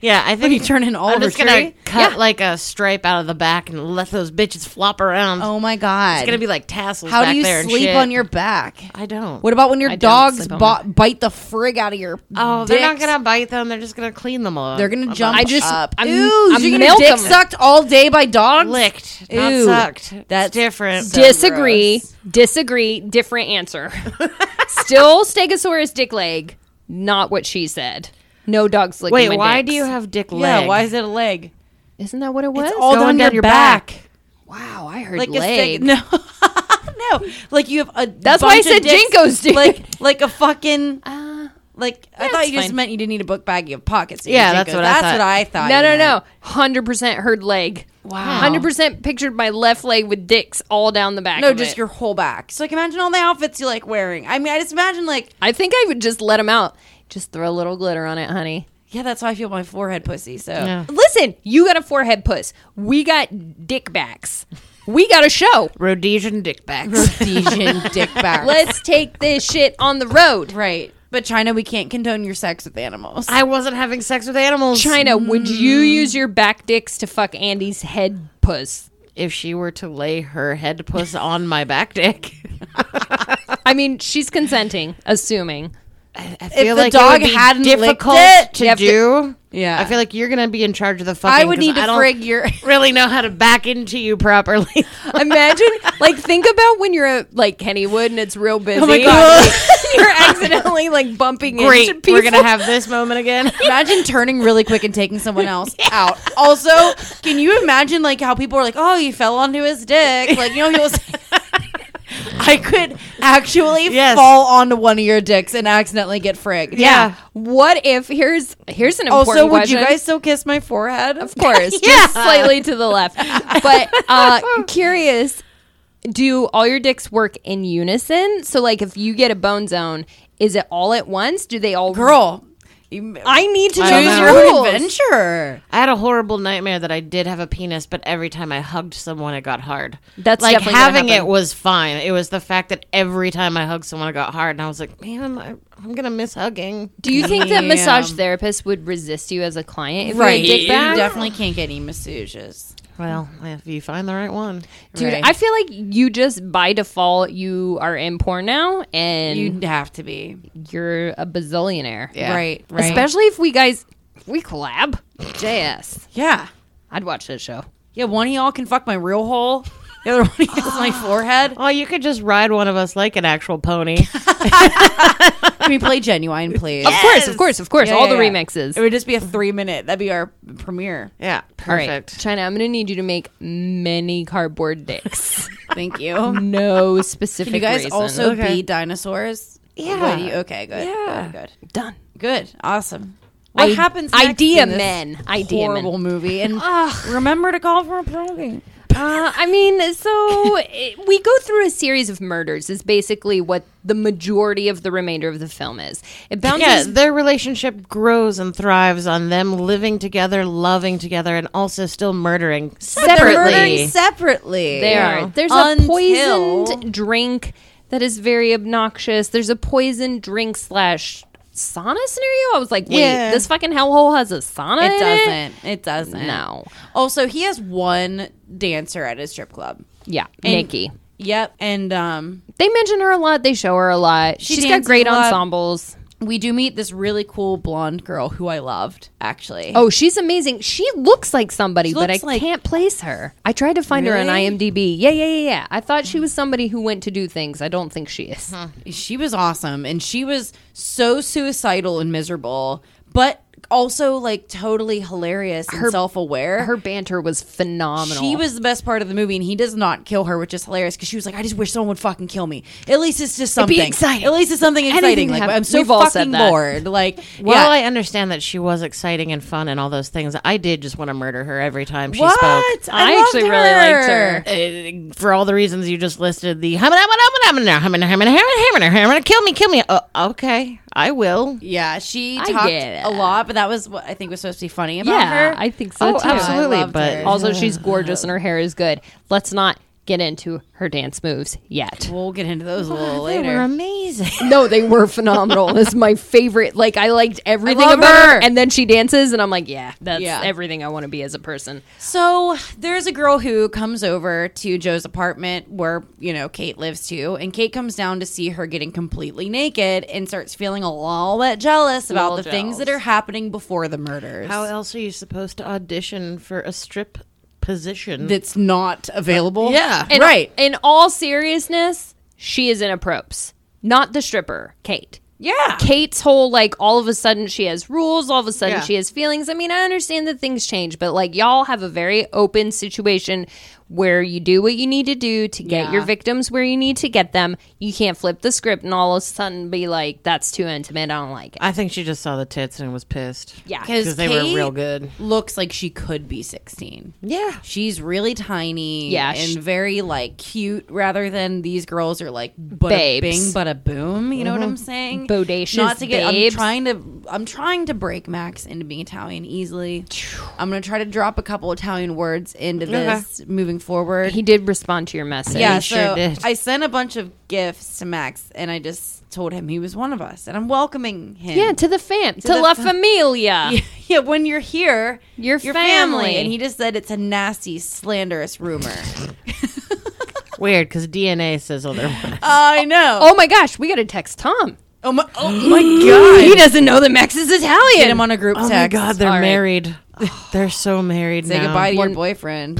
Speaker 3: Yeah, I
Speaker 1: When you
Speaker 3: think
Speaker 1: turn an
Speaker 3: I'm
Speaker 1: olive
Speaker 3: just gonna
Speaker 1: tree?
Speaker 3: cut
Speaker 2: Yeah.
Speaker 3: like a stripe out of the back and let those bitches flop around.
Speaker 1: Oh my god!
Speaker 3: It's gonna be like tassels.
Speaker 1: How
Speaker 3: back
Speaker 1: do you
Speaker 3: there and
Speaker 1: sleep
Speaker 3: shit.
Speaker 1: on your back?
Speaker 3: I don't.
Speaker 1: What about when your
Speaker 2: I don't
Speaker 1: dogs
Speaker 2: sleep on
Speaker 1: bo- bite the frig out of your?
Speaker 3: Oh, they're not
Speaker 1: dicks?
Speaker 3: gonna bite them. They're just gonna clean them all. up.
Speaker 1: They're gonna jump.
Speaker 2: I just-
Speaker 1: up.
Speaker 2: I'm-
Speaker 1: Ew,
Speaker 2: I'm
Speaker 1: you're gonna
Speaker 2: milk
Speaker 1: dick
Speaker 2: 'em.
Speaker 1: sucked all day by dogs.
Speaker 3: licked, not
Speaker 1: Ew.
Speaker 3: sucked.
Speaker 1: That's
Speaker 3: That's different.
Speaker 1: so
Speaker 2: disagree.
Speaker 1: gross.
Speaker 2: Disagree. Different answer. Still Stegosaurus dick leg. Not what she said. No dogs licking
Speaker 3: Wait,
Speaker 2: my
Speaker 3: why
Speaker 2: dicks.
Speaker 3: do you have dick leg?
Speaker 1: Yeah, why is it a leg?
Speaker 2: Isn't that what it was?
Speaker 1: all
Speaker 3: going
Speaker 1: down,
Speaker 3: down
Speaker 1: your,
Speaker 3: your
Speaker 1: back.
Speaker 2: wow, I heard
Speaker 1: Like
Speaker 2: leg.
Speaker 1: a stick. No. no. Like you have a
Speaker 2: That's why I
Speaker 1: bunch of
Speaker 2: said
Speaker 1: dicks,
Speaker 2: Jinkos, dude.
Speaker 1: Like like a fucking like I thought
Speaker 2: that's
Speaker 1: you just
Speaker 2: fine.
Speaker 1: meant you didn't need a book bag, you have pockets. in
Speaker 3: Yeah,
Speaker 1: your
Speaker 3: that's
Speaker 1: Jinkos.
Speaker 3: what I
Speaker 1: that's
Speaker 3: thought.
Speaker 1: what I thought.
Speaker 2: no,
Speaker 1: you
Speaker 2: no,
Speaker 1: meant.
Speaker 2: no. Hundred percent heard leg.
Speaker 1: Wow.
Speaker 2: Hundred percent pictured my left leg with dicks all down the back.
Speaker 1: No,
Speaker 2: of
Speaker 1: just
Speaker 2: it.
Speaker 1: your whole back. So like imagine all the outfits you like wearing. I mean, I just imagine like
Speaker 2: I think I would just let him out. Just throw a little glitter on it, honey.
Speaker 1: Yeah, that's how I feel about my forehead pussy. So
Speaker 2: Listen, you got a forehead puss. We got dick backs. We got a show.
Speaker 3: Rhodesian dickbacks.
Speaker 1: Asian dick back.
Speaker 2: Let's take this shit on the road.
Speaker 1: right. But China, we can't condone your sex with animals.
Speaker 3: I wasn't having sex with animals.
Speaker 2: China, would you use your back dicks to fuck Andy's head puss?
Speaker 3: If she were to lay her head puss on my back dick,
Speaker 2: I mean, she's consenting, assuming.
Speaker 3: I feel
Speaker 1: the
Speaker 3: like
Speaker 1: dog
Speaker 3: it would be
Speaker 1: hadn't licked
Speaker 3: difficult
Speaker 1: it,
Speaker 3: to
Speaker 2: you have to-
Speaker 3: do.
Speaker 1: Yeah.
Speaker 3: I feel like you're gonna be in charge of the fucking.
Speaker 1: I would
Speaker 3: 'cause
Speaker 1: need to
Speaker 3: don't
Speaker 1: frig your.
Speaker 3: Really know how to back into you properly.
Speaker 2: Imagine, like, think about when you're at, like, Kennywood and it's real busy.
Speaker 1: Oh God.
Speaker 2: you're accidentally, like, bumping into
Speaker 3: Great,
Speaker 2: people.
Speaker 3: we're gonna have this moment again.
Speaker 1: Imagine turning really quick and taking someone else out. Also, can you imagine like how people are like, "Oh, he fell onto his dick." Like, you know, he was. I could actually
Speaker 3: Yes.
Speaker 1: fall onto one of your dicks and accidentally get frigged.
Speaker 3: Yeah.
Speaker 2: What if, here's here's an important
Speaker 1: Also, would
Speaker 2: question.
Speaker 1: you guys still kiss my forehead? Of
Speaker 2: Of course,
Speaker 3: Yeah.
Speaker 2: just slightly to the left. But uh, I'm curious, do all your dicks work in unison? So, like, if you get a bone zone, is it all at once? Do they all
Speaker 1: Girl, you-
Speaker 2: I need to
Speaker 3: I don't
Speaker 1: choose
Speaker 3: know.
Speaker 1: your own
Speaker 2: rules.
Speaker 1: adventure.
Speaker 3: I had a horrible nightmare that I did have a penis, but every time I hugged someone, it got hard.
Speaker 2: That's
Speaker 3: like
Speaker 2: definitely gonna
Speaker 3: having it
Speaker 2: happen.
Speaker 3: was fine. It was the fact that every time I hugged someone, it got hard, and I was like, man, I, I'm gonna miss hugging.
Speaker 2: Do you think that
Speaker 1: Damn.
Speaker 2: massage therapists would resist you as a client if
Speaker 1: Right,
Speaker 2: you had dick
Speaker 1: you
Speaker 2: back?
Speaker 1: definitely can't get any massages.
Speaker 3: Well, if you find the right one,
Speaker 2: Dude,
Speaker 1: Right.
Speaker 2: I feel like you just by default you are in porn now and
Speaker 1: You'd have to be
Speaker 2: you, are a bazillionaire.
Speaker 1: right, right.
Speaker 2: Especially if we guys if we collab. JS.
Speaker 1: yeah,
Speaker 2: I'd watch this show.
Speaker 1: yeah. One of y'all can fuck my real hole. The other one is my forehead.
Speaker 3: oh, you could just ride one of us like an actual pony.
Speaker 1: Can we play genuine, please?
Speaker 2: Of course, of course, of course.
Speaker 1: Yeah,
Speaker 2: all
Speaker 1: yeah,
Speaker 2: the
Speaker 1: yeah.
Speaker 2: remixes.
Speaker 1: It would just be a three minute. That'd be our premiere.
Speaker 3: yeah,
Speaker 2: all right.
Speaker 3: perfect.
Speaker 2: China, I'm gonna need you to make many cardboard dicks.
Speaker 1: Thank you.
Speaker 2: no specific
Speaker 1: Can you guys
Speaker 2: reason.
Speaker 1: also
Speaker 3: Okay.
Speaker 1: be dinosaurs?
Speaker 3: Yeah.
Speaker 1: What do you- okay. Good.
Speaker 3: Yeah.
Speaker 1: Good. Good.
Speaker 2: done.
Speaker 1: Good. Awesome. What
Speaker 2: I-
Speaker 1: happens? Next
Speaker 2: idea
Speaker 1: in this
Speaker 2: men. Idea men.
Speaker 1: horrible movie. And remember to call for a plugin.
Speaker 2: Uh, I mean, so it, we go through a series of murders. Is basically what the majority of the remainder of the film is. It
Speaker 3: Yeah,
Speaker 2: bounces.
Speaker 3: their relationship grows and thrives on them living together, loving together, and also still murdering
Speaker 1: They're
Speaker 3: separately.
Speaker 1: murdering separately.
Speaker 2: They are. There's
Speaker 1: Until-
Speaker 2: a poisoned drink that is very obnoxious. There's a poisoned drink slash sauna scenario. I was like, wait,
Speaker 3: Yeah.
Speaker 2: this fucking hellhole has a sauna.
Speaker 1: It
Speaker 2: in
Speaker 1: doesn't. It doesn't.
Speaker 2: Eh. No.
Speaker 1: Also, he has one dancer at his strip club.
Speaker 2: Yeah,
Speaker 1: And-
Speaker 2: Nikki.
Speaker 1: Yep. And um,
Speaker 2: They mention her a lot. They show her a lot.
Speaker 1: She
Speaker 2: She has got
Speaker 1: dances
Speaker 2: great
Speaker 1: a lot.
Speaker 2: ensembles.
Speaker 1: we do meet this really cool blonde girl who I loved actually.
Speaker 2: Oh, she's amazing. She looks like somebody, but I
Speaker 1: looks like-
Speaker 2: can't place her. I tried to find her on
Speaker 1: Really?
Speaker 2: IMDb. Yeah, yeah, yeah, yeah. I thought she was somebody who went to do things. I don't think she is.
Speaker 1: she was awesome and she was so suicidal and miserable but also like totally hilarious and self-aware
Speaker 2: Her banter was phenomenal.
Speaker 1: she was the best part of the movie, and he does not kill her, which is hilarious because she was like, "I just wish someone would fucking kill me. At least it's just
Speaker 2: It'd be
Speaker 1: something
Speaker 2: exciting.
Speaker 1: At least it's something
Speaker 2: Anything
Speaker 1: exciting. Like
Speaker 2: happened.
Speaker 1: I'm so
Speaker 2: We've all said
Speaker 1: fucking
Speaker 2: that.
Speaker 1: bored. Like,
Speaker 3: While
Speaker 1: yeah,
Speaker 3: I understand that she was exciting and fun and all those things, I did just want to murder her every time she
Speaker 1: what?
Speaker 3: spoke.
Speaker 2: I
Speaker 1: loved
Speaker 2: actually really liked her.
Speaker 3: Uh, for all the reasons you just listed, the hammer, hammer, hammer, hammer, hammer, hammer, hammer, hammer, hammer, kill me, kill me. Uh, okay, I will.
Speaker 1: Yeah, she
Speaker 2: I
Speaker 1: talked
Speaker 2: get it.
Speaker 1: a lot, but that was what I think was supposed to be funny about
Speaker 2: yeah,
Speaker 1: her.
Speaker 2: I think so
Speaker 3: Oh,
Speaker 2: too.
Speaker 3: absolutely,
Speaker 1: I loved
Speaker 3: but
Speaker 1: her.
Speaker 2: Also, she's gorgeous and her hair is good. Let's not get into her dance moves yet.
Speaker 1: we'll get into those a little
Speaker 3: they were
Speaker 1: later.
Speaker 3: amazing.
Speaker 2: No, they were phenomenal. That's my favorite. Like I liked everything
Speaker 1: love
Speaker 2: about her.
Speaker 1: her.
Speaker 2: and then she dances, and I'm like, yeah, that's
Speaker 1: Yeah.
Speaker 2: everything I want to be as a person.
Speaker 1: So there's a girl who comes over to Joe's apartment where, you know, Kate lives too. And Kate comes down to see her getting completely naked and starts feeling a little bit jealous about the things that are happening before the murders.
Speaker 3: How else are you supposed to audition for a strip position?
Speaker 1: that's not available.
Speaker 3: yeah.
Speaker 2: In-
Speaker 1: right.
Speaker 2: In all seriousness, she is in a props, not the stripper, Kate.
Speaker 1: yeah.
Speaker 2: Kate's whole like all of a sudden she has rules, all of a sudden
Speaker 3: Yeah.
Speaker 2: she has feelings. I mean, I understand that things change, but like y'all have a very open situation where you do what you need to do to get
Speaker 1: Yeah.
Speaker 2: your victims where you need to get them. You can't flip the script and all of a sudden be like, that's too intimate. I don't like it.
Speaker 3: I think she just saw the tits and was pissed.
Speaker 2: Yeah.
Speaker 1: because
Speaker 3: they were real good.
Speaker 1: Looks like she could be sixteen.
Speaker 3: Yeah.
Speaker 1: She's really tiny,
Speaker 2: Yeah,
Speaker 1: and
Speaker 2: she-
Speaker 1: very like cute. Rather than these girls are like but a
Speaker 2: Babes. Mm-hmm.
Speaker 1: bing, but a boom. You know what I'm saying?
Speaker 2: Bodacious
Speaker 1: Not to get.
Speaker 2: babes.
Speaker 1: I'm trying to. I'm trying to break Max into being Italian easily. I'm gonna try to drop a couple Italian words into this moving forward.
Speaker 2: He did respond to your message.
Speaker 1: yeah,
Speaker 3: sure
Speaker 1: so
Speaker 3: did.
Speaker 1: I sent a bunch of gifts to Max, and I just told him he was one of us, and I'm welcoming him.
Speaker 2: Yeah, to the fam, to,
Speaker 1: the
Speaker 2: La
Speaker 1: fam-
Speaker 2: Familia.
Speaker 1: yeah, yeah, when you're here,
Speaker 2: Your
Speaker 1: your
Speaker 2: family.
Speaker 1: And he just said it's a nasty, slanderous rumor.
Speaker 3: Weird, because DNA says otherwise.
Speaker 1: I know.
Speaker 2: Oh my gosh, we got to text Tom.
Speaker 1: Oh my, oh my god.
Speaker 2: He doesn't know that Max is Italian.
Speaker 1: Get him on a group
Speaker 3: oh
Speaker 1: text.
Speaker 3: my God, they're
Speaker 2: All right.
Speaker 3: married. they're so married
Speaker 1: Say
Speaker 3: now.
Speaker 1: goodbye to your
Speaker 2: One-
Speaker 1: boyfriend.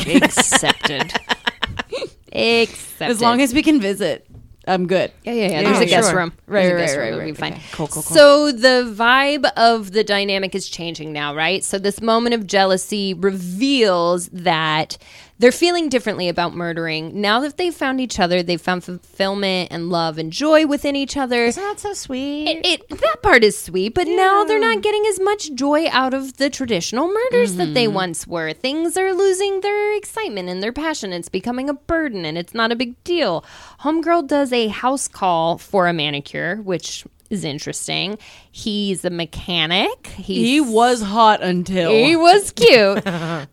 Speaker 2: accepted. accepted.
Speaker 1: As long as we can visit, I'm good.
Speaker 2: yeah, yeah, yeah. There's a guest
Speaker 1: sure.
Speaker 2: room.
Speaker 1: Right,
Speaker 2: There's a
Speaker 1: right,
Speaker 2: guest
Speaker 1: right,
Speaker 2: room.
Speaker 1: right,
Speaker 2: It'll be fine.
Speaker 1: right. Okay. Cool, cool, cool.
Speaker 2: So the vibe of the dynamic is changing now, right? So this moment of jealousy reveals that they're feeling differently about murdering. Now that they've found each other, they've found fulfillment and love and joy within each other.
Speaker 3: That's so sweet.
Speaker 2: it, it that part is sweet, but now they're not getting as much joy out of the traditional murders that they once were. Things are losing their excitement and their passion. It's becoming a burden, and it's not a big deal. Homegirl does a house call for a manicure, which is interesting. He's a mechanic. He's
Speaker 1: He was hot until
Speaker 2: he was cute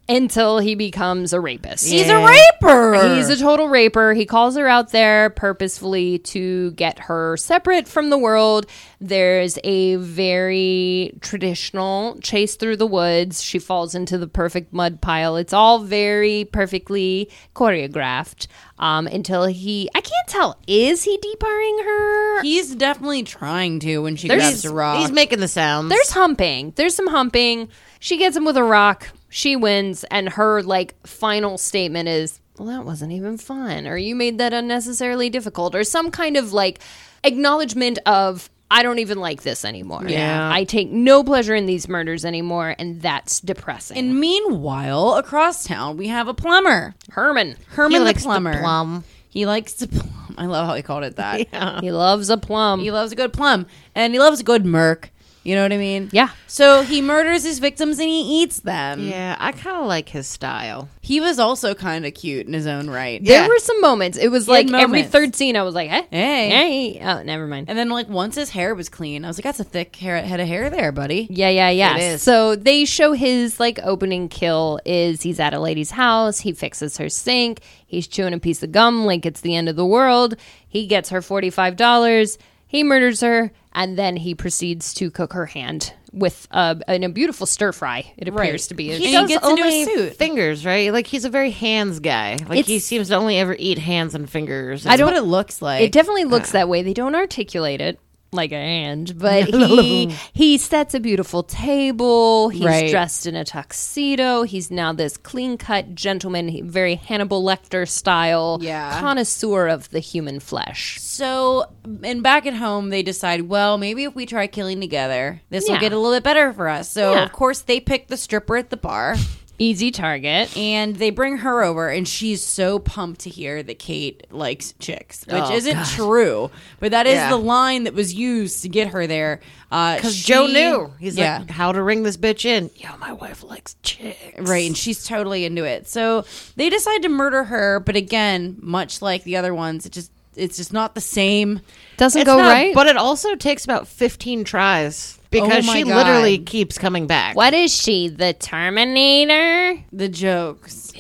Speaker 2: until he becomes a rapist.
Speaker 1: he's a raper.
Speaker 2: He's a total raper. He calls her out there purposefully to get her separate from the world. There's a very traditional chase through the woods. She falls into the perfect mud pile. It's all very perfectly choreographed um, until he. I can't tell. Is he deparring her?
Speaker 1: he's definitely trying to when she
Speaker 2: There's-
Speaker 1: grabs a rock.
Speaker 3: He's making the sounds.
Speaker 2: There's humping. There's some humping. She gets him with a rock. She wins, and her like final statement is, "Well, that wasn't even fun," or "You made that unnecessarily difficult," or some kind of like acknowledgement of. I don't even like this anymore.
Speaker 3: Yeah.
Speaker 2: I take no pleasure in these murders anymore, and that's depressing.
Speaker 1: and meanwhile, across town, we have a plumber,
Speaker 2: Herman,
Speaker 1: Herman
Speaker 3: He
Speaker 1: the
Speaker 3: likes to
Speaker 1: plumber.
Speaker 3: plum.
Speaker 1: He likes to plum. I love how he called it that.
Speaker 2: he loves a plum.
Speaker 1: He loves a good plum, and he loves a good merc. You know what I mean?
Speaker 2: Yeah.
Speaker 1: So he murders his victims and he eats them.
Speaker 3: yeah, I kind of like his style.
Speaker 1: He was also kind of cute in his own right.
Speaker 2: there
Speaker 3: yeah.
Speaker 2: were some moments. It was
Speaker 1: had
Speaker 2: like every
Speaker 1: moments.
Speaker 2: third scene, I was like, "Hey,
Speaker 1: Hey.
Speaker 2: hey." Oh, never mind.
Speaker 1: And then, like, once his hair was clean, I was like, that's a thick hair, head of hair there, buddy.
Speaker 2: Yeah, yeah, yeah.
Speaker 3: It is.
Speaker 2: So they show his like opening kill is he's at a lady's house, he fixes her sink, he's chewing a piece of gum like it's the end of the world. He gets her $45, he murders her, and then he proceeds to cook her hand with uh, in a beautiful stir fry. It appears to be.
Speaker 1: He,
Speaker 3: does
Speaker 1: gets into
Speaker 3: only
Speaker 1: a suit.
Speaker 3: Fingers, right? Like he's a very hands guy. Like he
Speaker 2: It's-
Speaker 3: seems to only ever eat hands and fingers.
Speaker 1: I don't, what it looks like.
Speaker 2: It definitely looks that way. They don't articulate it like a hand, but he he sets a beautiful table. He's
Speaker 1: Right.
Speaker 2: dressed in a tuxedo. He's now this clean cut gentleman, he- very Hannibal Lecter style
Speaker 1: Yeah.
Speaker 2: connoisseur of the human flesh.
Speaker 1: so, and back at home, they decide, well, maybe if we try killing together, this will
Speaker 2: Yeah.
Speaker 1: get a little bit better for us. So,
Speaker 2: Yeah.
Speaker 1: of course, they pick the stripper at the bar
Speaker 2: Easy target.
Speaker 1: and they bring her over, and she's so pumped to hear that Kate likes chicks, which
Speaker 3: Oh,
Speaker 1: isn't true, but that is
Speaker 3: Yeah.
Speaker 1: the line that was used to get her there. Because
Speaker 3: Because Joe knew. He's
Speaker 1: yeah.
Speaker 3: like, how to ring this bitch in. Yo, my wife likes chicks.
Speaker 1: Right, and she's totally into it. So they decide to murder her, but again, much like the other ones, it just it's just not the same.
Speaker 2: Doesn't
Speaker 3: It's
Speaker 2: go
Speaker 3: not-
Speaker 2: right.
Speaker 3: But it also takes about 15 tries because
Speaker 1: Oh my
Speaker 3: she
Speaker 1: God.
Speaker 3: literally keeps coming back.
Speaker 2: what is she? The Terminator?
Speaker 1: The jokes.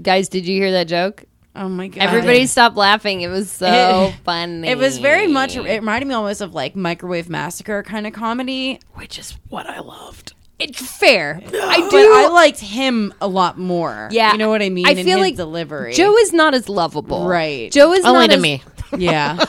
Speaker 2: Guys, did you hear that joke?
Speaker 1: Oh my god.
Speaker 2: Everybody stopped laughing. It was so
Speaker 1: It-
Speaker 2: funny.
Speaker 1: It was very much it reminded me almost of like microwave massacre kind of comedy.
Speaker 3: Which is what I loved.
Speaker 2: it's fair. I
Speaker 1: But
Speaker 2: do
Speaker 1: I liked him a lot more.
Speaker 2: Yeah,
Speaker 1: You know what I mean?
Speaker 2: I
Speaker 1: And
Speaker 2: feel
Speaker 1: his
Speaker 2: like
Speaker 1: delivery.
Speaker 2: Joe is not as lovable.
Speaker 1: Right.
Speaker 2: Joe is
Speaker 3: Only
Speaker 2: not
Speaker 3: to
Speaker 2: as-
Speaker 3: me.
Speaker 1: Yeah.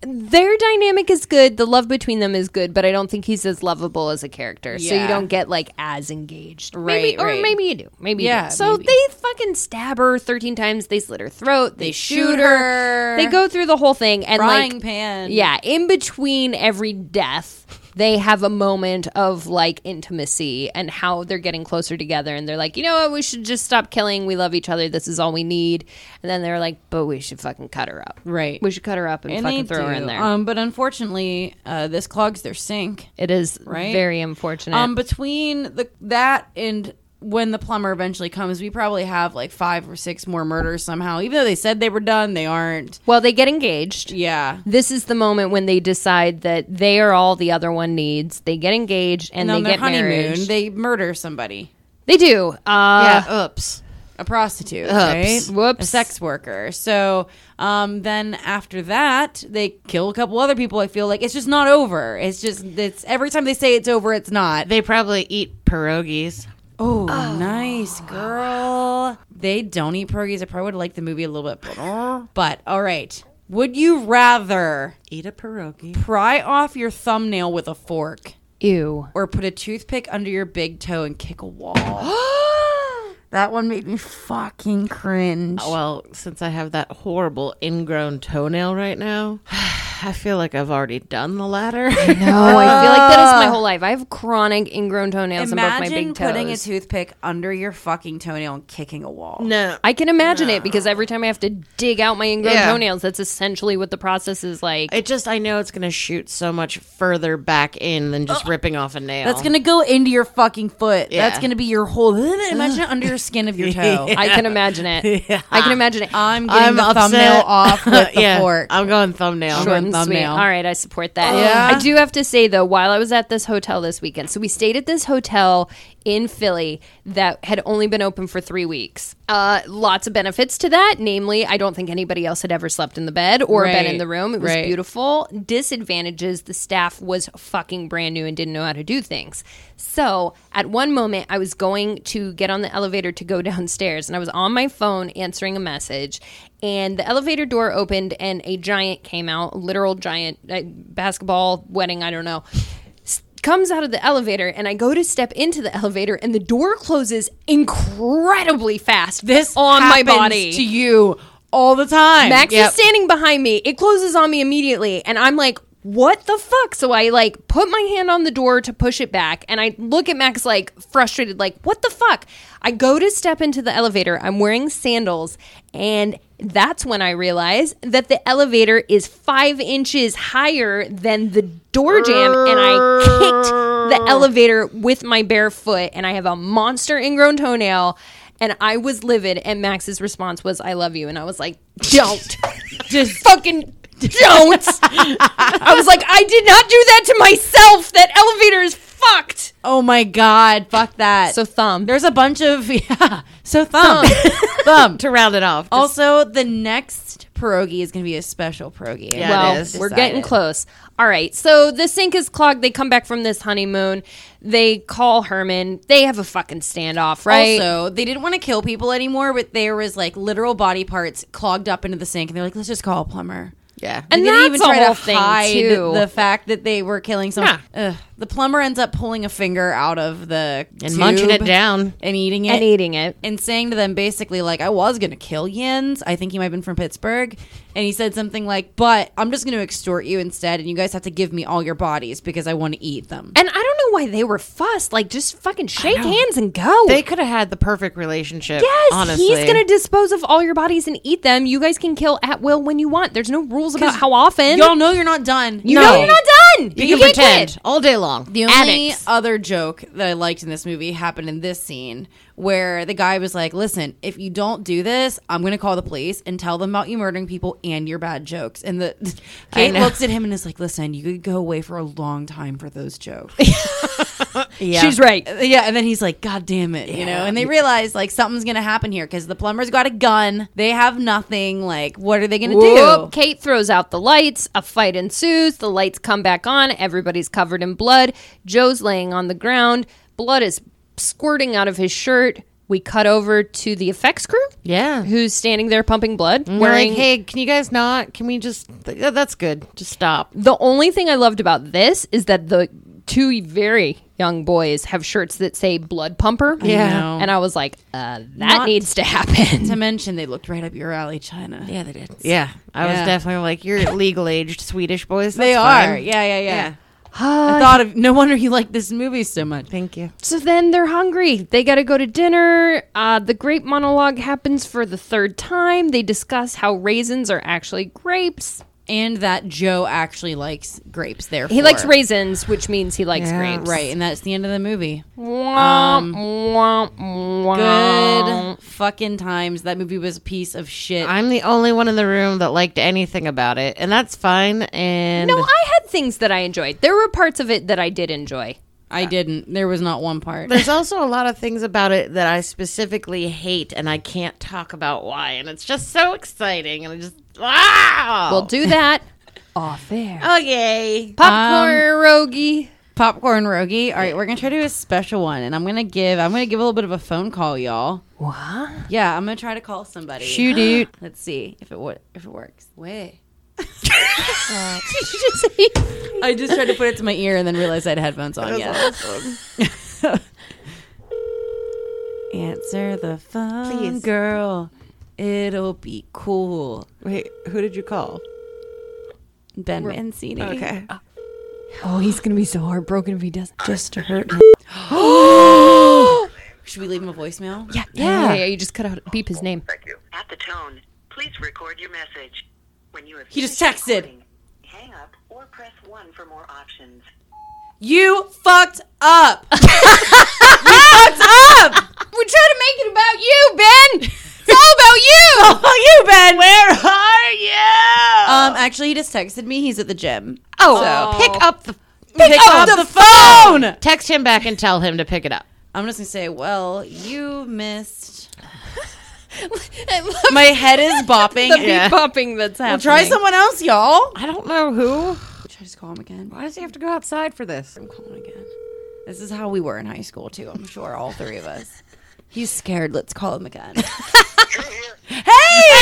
Speaker 2: Their dynamic is good. The love between them is good, but I don't think he's as lovable as a character. So you
Speaker 1: Yeah.
Speaker 2: don't get like as engaged. Maybe,
Speaker 1: Right,
Speaker 2: or
Speaker 1: right.
Speaker 2: maybe you do. Maybe you
Speaker 1: Yeah,
Speaker 2: do. So
Speaker 1: maybe.
Speaker 2: they fucking stab her 13 times. They slit her throat. They, shoot
Speaker 1: shoot
Speaker 2: her.
Speaker 1: her.
Speaker 2: They go through the whole thing and
Speaker 1: Frying
Speaker 2: like
Speaker 1: pan.
Speaker 2: Yeah, in between every death, they have a moment of like intimacy and how they're getting closer together. And they're like, you know what? We should just stop killing. We love each other. This is all we need. And then they're like, but we should fucking cut her up.
Speaker 1: Right.
Speaker 2: We should cut her up and,
Speaker 1: And they
Speaker 2: fucking throw her
Speaker 1: do.
Speaker 2: in there.
Speaker 1: Um, but unfortunately, uh, this clogs their sink.
Speaker 2: it is
Speaker 1: right?
Speaker 2: very unfortunate.
Speaker 1: Um, between the that and when the plumber eventually comes, we probably have like five or six more murders somehow. Even though they said they were done, they aren't.
Speaker 2: well, they get engaged.
Speaker 1: Yeah.
Speaker 2: This is the moment when they decide that they are all the other one needs. They get engaged and,
Speaker 1: And on
Speaker 2: they
Speaker 1: their
Speaker 2: get
Speaker 1: honeymoon,
Speaker 2: married. They,
Speaker 1: they murder somebody.
Speaker 2: do. Uh,
Speaker 3: yeah, oops.
Speaker 1: a prostitute,
Speaker 3: Oops.
Speaker 1: right?
Speaker 2: Whoops.
Speaker 1: A sex worker. So um, then after that, they kill a couple other people. I feel like it's just not over. It's just it's every time they say it's over, it's not.
Speaker 3: They probably eat pierogies.
Speaker 1: Oh, nice girl. They don't eat pierogies. I probably would like the movie a little bit better. But all right. Would you rather
Speaker 3: Eat a pierogi.
Speaker 1: pry off your thumbnail with a fork
Speaker 2: Ew.
Speaker 1: or put a toothpick under your big toe and kick a wall? that one made me fucking cringe.
Speaker 3: Well, since I have that horrible ingrown toenail right now, I feel like I've already done the latter.
Speaker 2: No, Oh, I feel like that is my whole life. I have chronic ingrown toenails in both my
Speaker 1: Imagine
Speaker 2: big toes.
Speaker 1: putting a toothpick under your fucking toenail and kicking a wall.
Speaker 3: no.
Speaker 2: I can imagine it because every time I have to dig out my ingrown
Speaker 3: Yeah.
Speaker 2: toenails, that's essentially what the process is like.
Speaker 3: It just, I know it's going to shoot so much further back in than just ripping off a nail.
Speaker 1: That's gonna go into your fucking foot.
Speaker 3: Yeah.
Speaker 1: That's gonna be your whole. Imagine it under your skin of your toe.
Speaker 2: I can imagine it. I can imagine it.
Speaker 1: I'm getting the thumbnail off with the
Speaker 3: yeah,
Speaker 1: fork.
Speaker 3: I'm going thumbnail.
Speaker 2: Short and sweet.
Speaker 1: thumbnail.
Speaker 2: All right, I support that.
Speaker 1: Yeah.
Speaker 2: I do have to say though, while I was at this hotel this weekend, so we stayed at this hotel in Philly that had only been open for three weeks. Uh, lots of benefits to that, namely, I don't think anybody else had ever slept in the bed or been in
Speaker 1: Right.
Speaker 2: the room. It was
Speaker 1: Right.
Speaker 2: beautiful. Disadvantages: the staff was fucking brand new and didn't know how to do things. So at one moment, I was going to get on the elevator to go downstairs, and I was on my phone answering a message, and the elevator door opened and a giant came out literal giant uh, basketball wedding i don't know s- comes out of the elevator and i go to step into the elevator and the door closes incredibly fast
Speaker 1: This
Speaker 2: on my
Speaker 1: happens
Speaker 2: body
Speaker 1: to you all the time.
Speaker 2: max
Speaker 3: Yep.
Speaker 2: is standing behind me it closes on me immediately and i'm like what the fuck so i like put my hand on the door to push it back and i look at max like frustrated like what the fuck i go to step into the elevator i'm wearing sandals and that's when I realize that the elevator is five inches higher than the door jam, and I kicked the elevator with my bare foot, and I have a monster ingrown toenail, and I was livid. And Max's response was, "I love you," and I was like, "Don't, just fucking." Don't! I was like, I did not do that to myself. That elevator is fucked.
Speaker 1: Oh my god, fuck that.
Speaker 2: So thumb.
Speaker 1: there's a bunch of yeah. So thumb, thumb.
Speaker 3: to round it off. Just-
Speaker 1: Also, the next pierogi is gonna be a special pierogi.
Speaker 3: Yeah,
Speaker 2: well,
Speaker 3: it is.
Speaker 2: we're getting close. All right. So the sink is clogged. They come back from this honeymoon. They call Herman. They have a fucking standoff, right?
Speaker 1: Also, they didn't want to kill people anymore, but there was like literal body parts clogged up into the sink, and they're like, "Let's just call a plumber."
Speaker 3: yeah.
Speaker 1: They
Speaker 2: And
Speaker 1: didn't
Speaker 2: that's
Speaker 1: even
Speaker 2: a
Speaker 1: try
Speaker 2: whole
Speaker 1: to
Speaker 2: thing,
Speaker 1: hide
Speaker 2: too.
Speaker 1: the fact that they were killing someone. Ugh. The plumber ends up pulling a finger out of the
Speaker 3: And munching it down.
Speaker 1: and eating it
Speaker 2: and eating it.
Speaker 1: and saying to them basically like I was gonna kill Yins. I think he might have been from Pittsburgh, and he said something like, "But I'm just gonna extort you instead, and you guys have to give me all your bodies because I want to eat them."
Speaker 2: And I don't know why they were fussed. Like, just fucking shake hands and go.
Speaker 3: They could have had the perfect relationship.
Speaker 2: yes,
Speaker 3: honestly.
Speaker 2: he's going to dispose of all your bodies and eat them. You guys can kill at will when you want. There's no rules about how often.
Speaker 1: Y'all know you're not done.
Speaker 2: you know you're not done.
Speaker 3: You,
Speaker 2: you
Speaker 3: can
Speaker 2: can't
Speaker 3: pretend
Speaker 2: quit.
Speaker 3: all day long.
Speaker 1: The only
Speaker 2: Addicts.
Speaker 1: other joke that I liked in this movie happened in this scene where the guy was like, "Listen, if you don't do this, I'm going to call the police and tell them about you murdering people and your bad jokes." And the Kate
Speaker 3: know.
Speaker 1: looks at him and is like, "Listen, you could go away for a long time for those jokes."
Speaker 3: yeah.
Speaker 2: She's right.
Speaker 1: yeah, and then he's like, "God damn it," you know. And they realize like something's going to happen here because the plumber's got a gun. They have nothing. Like, what are they going to
Speaker 2: Whoop.
Speaker 1: do?
Speaker 2: Kate throws out the lights. A fight ensues. The lights come back on. Everybody's covered in blood. Joe's laying on the ground. Blood is squirting out of his shirt. We cut over to the effects crew.
Speaker 3: Yeah.
Speaker 2: Who's standing there pumping blood?
Speaker 1: Mm-hmm.
Speaker 3: We're like,
Speaker 2: Wearing.
Speaker 3: hey, can you guys not? Can we just? th- yeah, that's good. Just stop.
Speaker 2: The only thing I loved about this is that the two very young boys have shirts that say blood pumper.
Speaker 1: Yeah.
Speaker 2: And I was like, uh, that
Speaker 1: Not-
Speaker 2: needs to happen.
Speaker 1: To mention, they looked right up your alley, China.
Speaker 3: Yeah, they did. Yeah, I
Speaker 1: Yeah.
Speaker 3: was definitely like, you're legal aged Swedish boys.
Speaker 1: they
Speaker 3: That's
Speaker 1: are.
Speaker 3: fine.
Speaker 1: Yeah, yeah, yeah.
Speaker 3: Yeah.
Speaker 1: I thought of no wonder you like this movie so much.
Speaker 3: Thank you.
Speaker 2: So then they're hungry. They got to go to dinner. Uh, the grape monologue happens for the third time. They discuss how raisins are actually grapes.
Speaker 1: And that Joe actually likes grapes. There,
Speaker 2: He likes raisins, which means he likes
Speaker 3: Yeah.
Speaker 2: grapes.
Speaker 1: right, and that's the end of the movie.
Speaker 2: Womp, womp, womp.
Speaker 1: Good fucking times. That movie was a piece of shit.
Speaker 3: I'm the only one in the room that liked anything about it, and that's fine. And
Speaker 2: No, I had things that I enjoyed. There were parts of it that I did enjoy.
Speaker 1: I didn't. There was not one part.
Speaker 3: there's also a lot of things about it that I specifically hate, and I can't talk about why. And it's just so exciting, and I just wow. Oh,
Speaker 2: We'll do that off air.
Speaker 3: okay.
Speaker 2: Popcorn rogie.
Speaker 1: Popcorn Rogi. All right, we're gonna try to do a special one, and I'm gonna give. I'm gonna give a little bit of a phone call, y'all.
Speaker 2: What?
Speaker 1: Yeah, I'm gonna try to call somebody.
Speaker 3: Shoot it.
Speaker 1: Let's see if it wo- if it works. Wait. I just tried to put it to my ear and then realized I had headphones on. Yeah. Answer the phone,
Speaker 3: Please.
Speaker 1: girl. It'll be cool.
Speaker 3: Wait, who did you call?
Speaker 1: Ben Mancini.
Speaker 3: Okay.
Speaker 2: Oh, he's gonna be so heartbroken if he doesn't.
Speaker 1: Just to hurt. Should we leave him a voicemail?
Speaker 2: Yeah, yeah, yeah. yeah, you just cut out, beep his name.
Speaker 6: At the tone, please record your message. When you have
Speaker 1: He just
Speaker 6: finished
Speaker 1: texted.
Speaker 6: recording, Hang up or press 1 for more options.
Speaker 1: You fucked up. you fucked up. We're trying to make it about you, Ben. It's all about you. you, Ben. Where are you? Um, actually, he just texted me. He's at the gym.
Speaker 3: Oh, pick up the pick,
Speaker 1: up the phone.
Speaker 3: Text him back and tell him to pick it up.
Speaker 1: I'm just gonna say, well, you missed.
Speaker 2: I love
Speaker 1: My head is bopping.
Speaker 2: the
Speaker 3: Yeah.
Speaker 2: beep bopping that's happening.
Speaker 1: Try someone else, y'all.
Speaker 3: I don't know who.
Speaker 1: Should I just call him again?
Speaker 3: Why does he have to go outside for this?
Speaker 1: I'm calling again. This is how we were in high school too. I'm sure all three of us. He's scared. Let's call him again.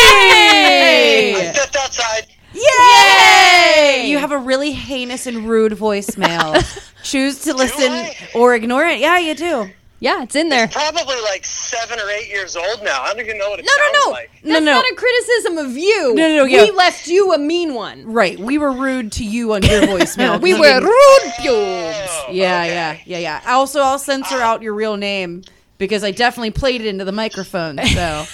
Speaker 1: hey!
Speaker 7: Just outside.
Speaker 1: Yay! You have a really heinous and rude voicemail. Choose to listen
Speaker 7: I?
Speaker 1: or ignore it. Yeah, you do.
Speaker 2: Yeah, it's in there.
Speaker 7: Probably like seven or eight years old now. I don't even know what it
Speaker 2: No,
Speaker 7: sounds
Speaker 2: no, no.
Speaker 7: like.
Speaker 2: That's
Speaker 1: no.
Speaker 2: not a criticism of you.
Speaker 1: No, no, no,
Speaker 2: We
Speaker 1: yeah.
Speaker 2: left you a mean one.
Speaker 1: Right. We were rude to you on your voicemail.
Speaker 2: We
Speaker 1: You
Speaker 2: were
Speaker 1: didn't-
Speaker 2: rude pubes.
Speaker 7: Oh,
Speaker 1: Yeah,
Speaker 7: okay.
Speaker 1: yeah, yeah, yeah. Also, I'll censor out your real name because I definitely played it into the microphone. So.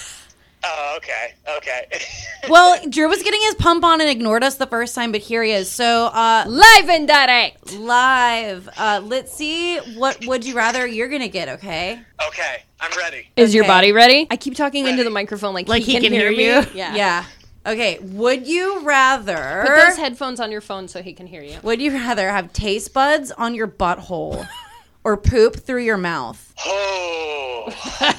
Speaker 7: Oh, okay. Okay.
Speaker 1: well, Drew was getting his pump on and ignored us the first time, but here he is. So, uh,
Speaker 2: Live and direct.
Speaker 1: live. Uh, let's see what would you rather you're gonna get. Okay.
Speaker 7: okay. I'm ready.
Speaker 2: Is your
Speaker 1: Okay.
Speaker 2: body ready? I keep talking into the microphone like,
Speaker 3: Like he can hear you?
Speaker 2: me. Yeah.
Speaker 1: Yeah. Okay. Would you rather?
Speaker 2: Put those headphones on your phone so he can hear you.
Speaker 1: would you rather have taste buds on your butthole, or poop through your mouth?
Speaker 7: Oh,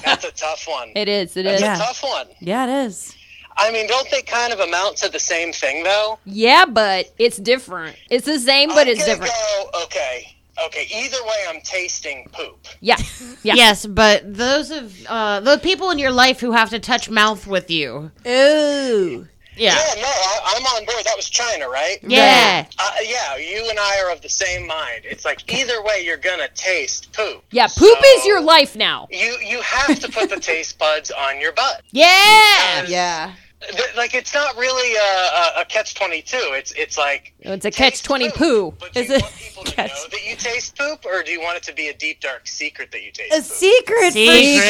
Speaker 7: that's a tough one.
Speaker 2: It is. It
Speaker 7: That's
Speaker 2: is.
Speaker 1: Yeah.
Speaker 7: a tough one.
Speaker 1: Yeah, it is.
Speaker 7: I mean, don't they kind of amount to the same thing, though?
Speaker 2: Yeah, but it's different. It's the same, but
Speaker 7: I'm
Speaker 2: it's
Speaker 7: gonna
Speaker 2: different.
Speaker 7: Go, okay. Okay. Either way, I'm tasting poop.
Speaker 2: Yeah. Yeah.
Speaker 3: Yes, but those of uh, the people in your life who have to touch mouth with you.
Speaker 1: Ooh.
Speaker 3: Yeah.
Speaker 7: Yeah, no, I, I'm on board. That was China, right?
Speaker 3: Yeah.
Speaker 7: Uh, yeah, you and I are of the same mind. It's like either way, you're gonna taste poop.
Speaker 2: Yeah. Poop
Speaker 7: So
Speaker 2: is your life now.
Speaker 7: You you have to put the taste buds on your butt.
Speaker 3: Yeah.
Speaker 1: Yeah.
Speaker 7: Th- Like it's not really a, a, a catch twenty two. It's it's like
Speaker 1: Oh,
Speaker 2: It's a catch
Speaker 7: taste
Speaker 2: 20 poo.
Speaker 7: But do
Speaker 1: Is
Speaker 7: you
Speaker 1: it-
Speaker 7: want people to
Speaker 1: catch-
Speaker 7: know that you taste poop, or do you want it to be a deep dark secret that you taste
Speaker 1: A
Speaker 7: poop?
Speaker 1: secret, for
Speaker 3: Secret.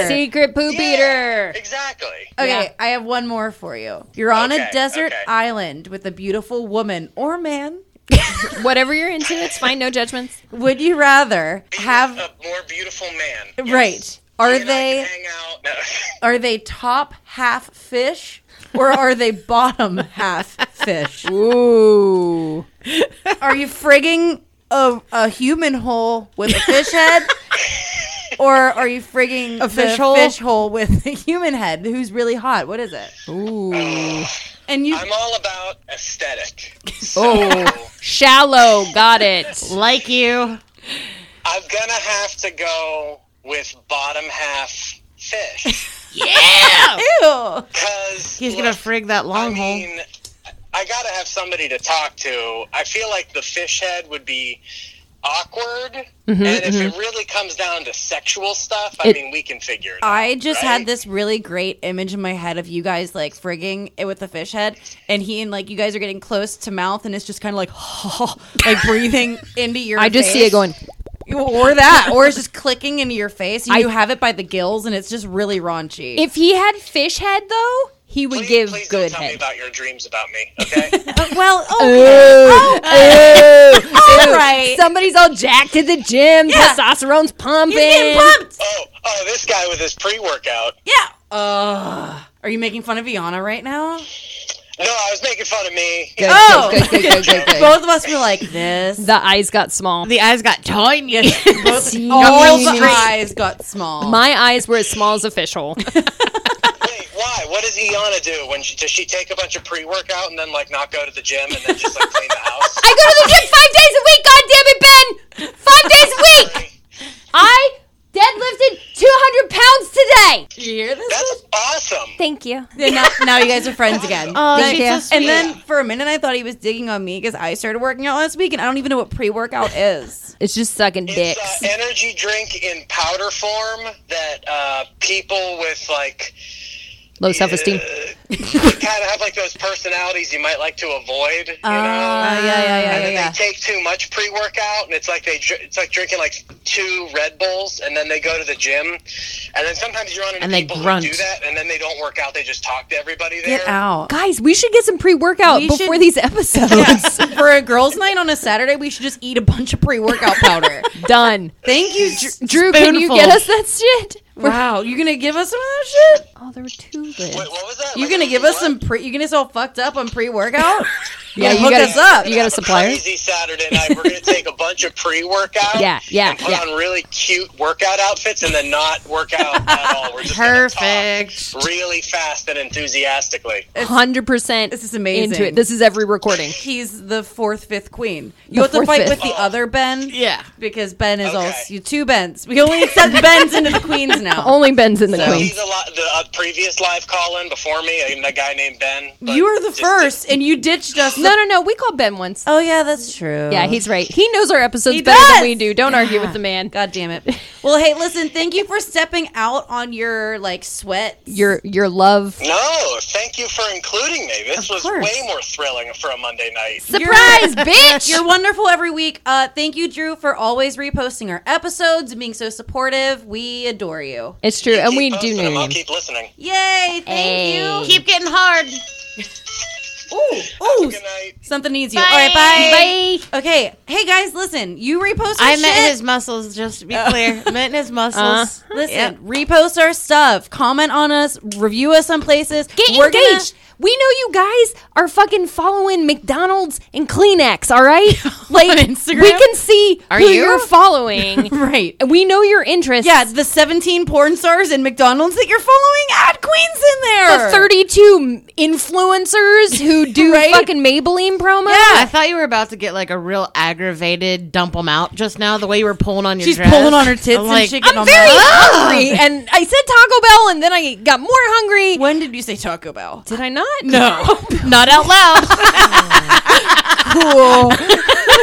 Speaker 1: sure.
Speaker 2: Secret poop
Speaker 7: Yeah,
Speaker 2: eater.
Speaker 7: Exactly.
Speaker 1: Okay,
Speaker 2: Yeah.
Speaker 1: I have one more for you. You're on a
Speaker 7: Okay,
Speaker 1: desert
Speaker 7: okay.
Speaker 1: island with a beautiful woman or man.
Speaker 2: Whatever you're into, it's fine. No judgments.
Speaker 1: Would you rather
Speaker 7: Be uh,
Speaker 1: have
Speaker 7: a more beautiful man.
Speaker 1: right? Are
Speaker 7: You and I
Speaker 1: they
Speaker 7: can hang out? No.
Speaker 1: are they top half fish or are they bottom half fish?
Speaker 2: Ooh.
Speaker 1: Are you frigging a, a human hole with a fish head? Or are you frigging a
Speaker 3: fish hole?
Speaker 1: fish hole with a human head? Who's really hot? What is it? Ooh. And you
Speaker 7: I'm all about aesthetic.
Speaker 2: Oh. Shallow. Got it.
Speaker 3: Like you.
Speaker 7: I'm gonna have to go with bottom half fish
Speaker 1: ew.
Speaker 7: because
Speaker 3: He's gonna frig that
Speaker 7: I
Speaker 3: long hole.
Speaker 7: mean, I gotta have somebody to talk to. I feel like the fish head would be awkward.
Speaker 2: Mm-hmm,
Speaker 7: and if it really comes down to sexual stuff, I mean, we can figure it out.
Speaker 1: I just had
Speaker 7: Right.
Speaker 1: this really great image in my head of you guys like frigging it with the fish head, and he and like you guys are getting close to mouth, and it's just kind of like like breathing into your.
Speaker 2: I just see it
Speaker 1: face.
Speaker 2: going.
Speaker 1: or that, or it's just clicking into your face. and You have it by the gills, and it's just really raunchy.
Speaker 2: If he had fish head though, he would
Speaker 7: Please,
Speaker 2: give
Speaker 7: please don't
Speaker 2: good
Speaker 7: tell me
Speaker 2: head.
Speaker 7: about your dreams about me, okay?
Speaker 1: Uh, well, oh,
Speaker 2: Oh,
Speaker 1: all right,
Speaker 2: Somebody's all jacked at the gym.
Speaker 1: Yeah.
Speaker 2: Testosterone's pumping.
Speaker 1: you're getting pumped.
Speaker 7: oh, oh, this guy with his pre-workout.
Speaker 1: Yeah. Uh, are you making fun of Iana right now?
Speaker 7: No, I was making fun of me.
Speaker 2: Good,
Speaker 1: Oh.
Speaker 2: good, good, good, good, good, good.
Speaker 1: Both of us were like this.
Speaker 2: The eyes got small.
Speaker 3: The eyes got tiny.
Speaker 1: Both, all
Speaker 3: Got real
Speaker 1: the
Speaker 3: straight.
Speaker 1: eyes got small.
Speaker 2: My eyes were as small as a fish hole.
Speaker 7: Wait, why? What does Iana do? When she, does she take a bunch of pre-workout and then like not go to the gym and then just like clean the house?
Speaker 2: I go to the gym five days a week. God damn it, Ben! Five days a week. I deadlifted 200 pounds today.
Speaker 1: Did you hear this?
Speaker 7: That's awesome.
Speaker 2: Thank you.
Speaker 1: And now, now you guys are friends again. Like,
Speaker 2: she's so
Speaker 1: and then for a minute, I thought he was digging on me because I started working out last week, and I don't even know what pre workout is.
Speaker 2: It's just sucking
Speaker 7: It's
Speaker 2: dicks.
Speaker 7: uh, energy drink in powder form that uh, people with like
Speaker 2: Low self esteem.
Speaker 7: kind of have like those personalities you might like to avoid. You
Speaker 1: Uh,
Speaker 7: know?
Speaker 1: yeah, yeah, yeah,
Speaker 7: And
Speaker 1: yeah,
Speaker 7: then
Speaker 1: yeah.
Speaker 7: they take too much pre-workout, and it's like they dr- it's like drinking like two Red Bulls, and then they go to the gym, and then sometimes you're on
Speaker 3: And they
Speaker 7: people
Speaker 3: grunt.
Speaker 7: who do that, and then they don't work out. They just talk to everybody there.
Speaker 1: Get out.
Speaker 2: Guys, we should get some pre workout
Speaker 1: We
Speaker 2: before
Speaker 1: should-
Speaker 2: these episodes.
Speaker 1: for a girls' night on a Saturday, we should just eat a bunch of pre workout powder.
Speaker 2: Done.
Speaker 1: Thank you,
Speaker 2: Drew, can you
Speaker 3: Spoonful.
Speaker 2: get us that shit?
Speaker 1: Wow, you gonna give us some of that shit?
Speaker 2: Oh, there were two lids.
Speaker 7: Wait, what was that?
Speaker 1: You
Speaker 7: Like,
Speaker 1: gonna give
Speaker 7: what?
Speaker 1: us some pre? You gonna get all fucked up on pre workout?
Speaker 2: Yeah,
Speaker 1: hook
Speaker 2: gotta,
Speaker 1: us up.
Speaker 2: You got a
Speaker 7: Have
Speaker 2: supplier?
Speaker 7: Crazy Saturday night. We're gonna take a bunch of pre-workout.
Speaker 2: Yeah, yeah,
Speaker 7: and put
Speaker 2: yeah.
Speaker 7: on really cute workout outfits, and then not work out at all. We're just gonna talk
Speaker 3: Perfect.
Speaker 7: Really fast and enthusiastically.
Speaker 2: Hundred percent.
Speaker 1: This is amazing.
Speaker 2: Into it. This is every recording.
Speaker 1: He's the fourth, fifth queen. You have to
Speaker 2: fourth,
Speaker 1: fight
Speaker 2: fifth.
Speaker 1: with the other Ben.
Speaker 3: Yeah.
Speaker 1: Because Ben is
Speaker 7: Okay.
Speaker 1: also two Bens. We only accept Bens into the queens now.
Speaker 2: Only Ben's in the
Speaker 7: So
Speaker 2: queen.
Speaker 7: he's a lot, the uh, previous live call-in before me, and that guy named Ben. but
Speaker 1: you were the
Speaker 7: just-
Speaker 1: first, and you ditched us.
Speaker 2: No, no, no. We called Ben once.
Speaker 1: Oh yeah, that's true.
Speaker 2: Yeah, he's right. He knows our episodes
Speaker 1: He
Speaker 2: better
Speaker 1: does!
Speaker 2: than we do. Don't argue with the man.
Speaker 1: God damn it. Well, hey, listen. Thank you for stepping out on your like sweat.
Speaker 2: Your your love.
Speaker 7: No, thank you for including me. This was
Speaker 1: course.
Speaker 7: way more thrilling for a Monday night.
Speaker 2: Surprise, bitch!
Speaker 1: You're wonderful every week. Uh, thank you, Drew, for always reposting our episodes and being so supportive. We adore you.
Speaker 2: it's true, and
Speaker 7: Keep
Speaker 2: we
Speaker 7: posting
Speaker 2: do know
Speaker 7: them. I'll
Speaker 2: him.
Speaker 7: keep listening.
Speaker 1: Yay! Thank you.
Speaker 3: Keep getting hard.
Speaker 1: Ooh, ooh.
Speaker 7: Good night.
Speaker 1: Something needs you. All right, bye. Bye. Okay. Hey guys, listen. You repost. Our
Speaker 3: I meant
Speaker 1: shit.
Speaker 3: his muscles, just to be clear. meant his muscles.
Speaker 1: Listen, repost our stuff, comment on us, review us on places.
Speaker 2: Get
Speaker 1: We're gonna-
Speaker 2: engaged. We know you guys are fucking following McDonald's and Kleenex. All right, like
Speaker 1: Instagram?
Speaker 2: we can see
Speaker 3: Are
Speaker 2: who
Speaker 3: you?
Speaker 2: are following.
Speaker 1: right.
Speaker 2: And We know your interests.
Speaker 1: Yeah, the 17 porn stars in McDonald's that you're following, add queens in there.
Speaker 2: the 32 influencers who do
Speaker 1: Right?
Speaker 2: fucking Maybelline promos.
Speaker 3: I thought you were about to get like a real aggravated dump them out just now. The way you were pulling on your
Speaker 1: She's
Speaker 3: dress.
Speaker 1: pulling on her tits
Speaker 3: I'm
Speaker 1: and
Speaker 3: like,
Speaker 1: shit
Speaker 3: I'm
Speaker 1: getting on
Speaker 2: very
Speaker 1: my-
Speaker 2: hungry, and I said Taco Bell, and then I got more hungry.
Speaker 1: When did you say Taco Bell?
Speaker 2: Did I not? No.
Speaker 3: not out loud.
Speaker 1: Cool.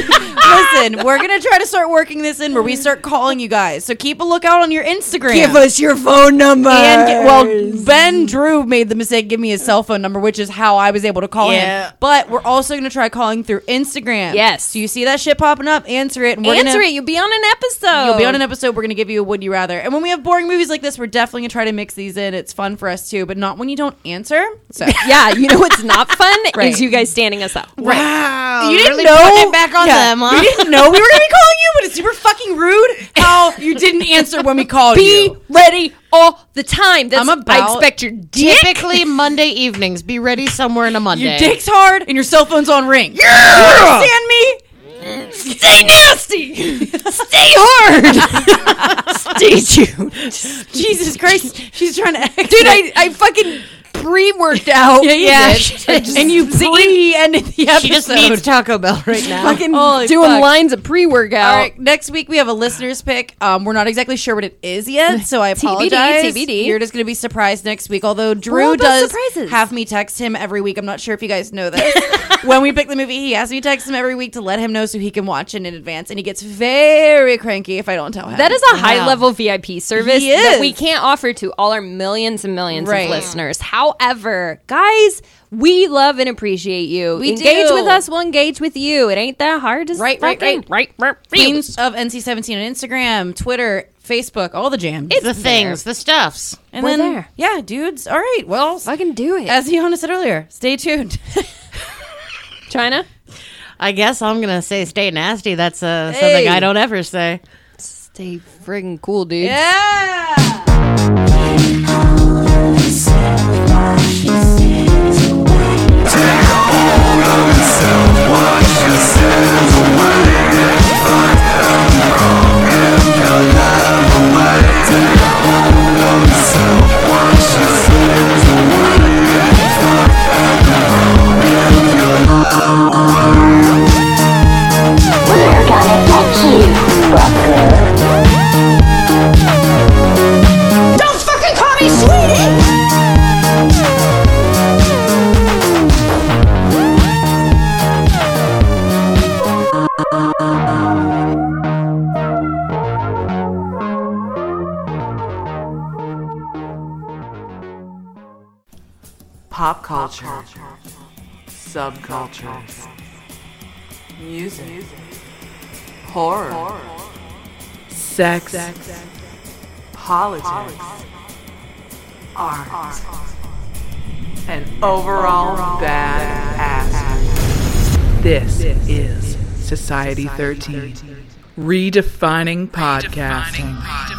Speaker 1: Listen, we're going to try to start working this in where we start calling you guys. So keep a lookout on your Instagram.
Speaker 2: us your phone number.
Speaker 1: and get- well, Ben Drew made the mistake. Give me his cell phone number, which is how I was able to call
Speaker 3: Yeah.
Speaker 1: him. But we're also going to try calling through Instagram.
Speaker 2: Yes.
Speaker 1: So you see that shit popping up? Answer it. And we're
Speaker 2: answer
Speaker 1: gonna,
Speaker 2: it. You'll be on an episode.
Speaker 1: You'll be on an episode. We're going to give you a would you rather. And when we have boring movies like this, we're definitely going to try to mix these in. It's fun for us too, but not when you don't answer. So
Speaker 2: Yeah, you know what's not fun
Speaker 1: Right.
Speaker 2: is you guys standing us up.
Speaker 3: Wow.
Speaker 1: you didn't
Speaker 3: really
Speaker 1: know
Speaker 3: putting it back on
Speaker 1: Yeah.
Speaker 3: them, huh?
Speaker 1: You didn't know we were going to be calling you, but it's super fucking rude how you didn't answer when we called
Speaker 2: Be
Speaker 1: you.
Speaker 2: ready all the time. That's,
Speaker 1: I'm
Speaker 2: I
Speaker 1: about-
Speaker 2: expect your dick.
Speaker 3: Typically Monday evenings. Be ready somewhere in a Monday.
Speaker 1: Your dick's hard and your cell phone's on ring. You understand me?
Speaker 2: Stay nasty. Stay hard. Stay tuned.
Speaker 1: Jesus Christ, she's trying to.
Speaker 2: Dude, I, I fucking pre-workout.
Speaker 1: Yeah, you yeah. and you
Speaker 2: Ziggy-
Speaker 1: pre ended the episode.
Speaker 3: She just needs Taco Bell right now.
Speaker 2: fucking
Speaker 1: Holy
Speaker 2: doing
Speaker 1: fuck.
Speaker 2: lines of pre-workout.
Speaker 1: All right, next week we have a listener's pick. Um, we're not exactly sure what it is yet, so I
Speaker 2: TBD,
Speaker 1: apologize.
Speaker 2: TBD.
Speaker 1: You're just going to be surprised next week. Although
Speaker 2: all
Speaker 1: Drew
Speaker 2: about
Speaker 1: does
Speaker 2: surprises.
Speaker 1: have me text him every week. I'm not sure if you guys know this. when we pick the movie, he has me text him every week to let him know so he can watch it in advance, and he gets very cranky if I don't tell him.
Speaker 2: That is a high level VIP service
Speaker 1: He
Speaker 2: that
Speaker 1: is.
Speaker 2: we can't offer to all our millions and millions
Speaker 1: Right.
Speaker 2: of listeners. However, guys, we love and appreciate you.
Speaker 1: We
Speaker 2: engage
Speaker 1: do.
Speaker 2: with us, we'll engage with you. It ain't that hard. Just
Speaker 1: Right, right,
Speaker 2: fucking- right, right,
Speaker 1: Queens of NC17 on Instagram, Twitter, Facebook, all the jams.
Speaker 3: the things, the stuffs.
Speaker 1: and
Speaker 2: we're
Speaker 1: then,
Speaker 2: there.
Speaker 1: Yeah, dudes. All right. Well,
Speaker 2: I can do it.
Speaker 1: as Yana said earlier, stay tuned.
Speaker 2: China,
Speaker 3: I guess I'm gonna say stay nasty. That's uh,
Speaker 1: Hey.
Speaker 3: something I don't ever say.
Speaker 2: stay friggin' cool, dude.
Speaker 1: yeah.
Speaker 4: We're gonna get you, fucker. Don't fucking call me sweetie!
Speaker 8: pop culture, subcultures, music, horror, sex, politics, art, and overall bad ass. This is Society 13, redefining podcasting.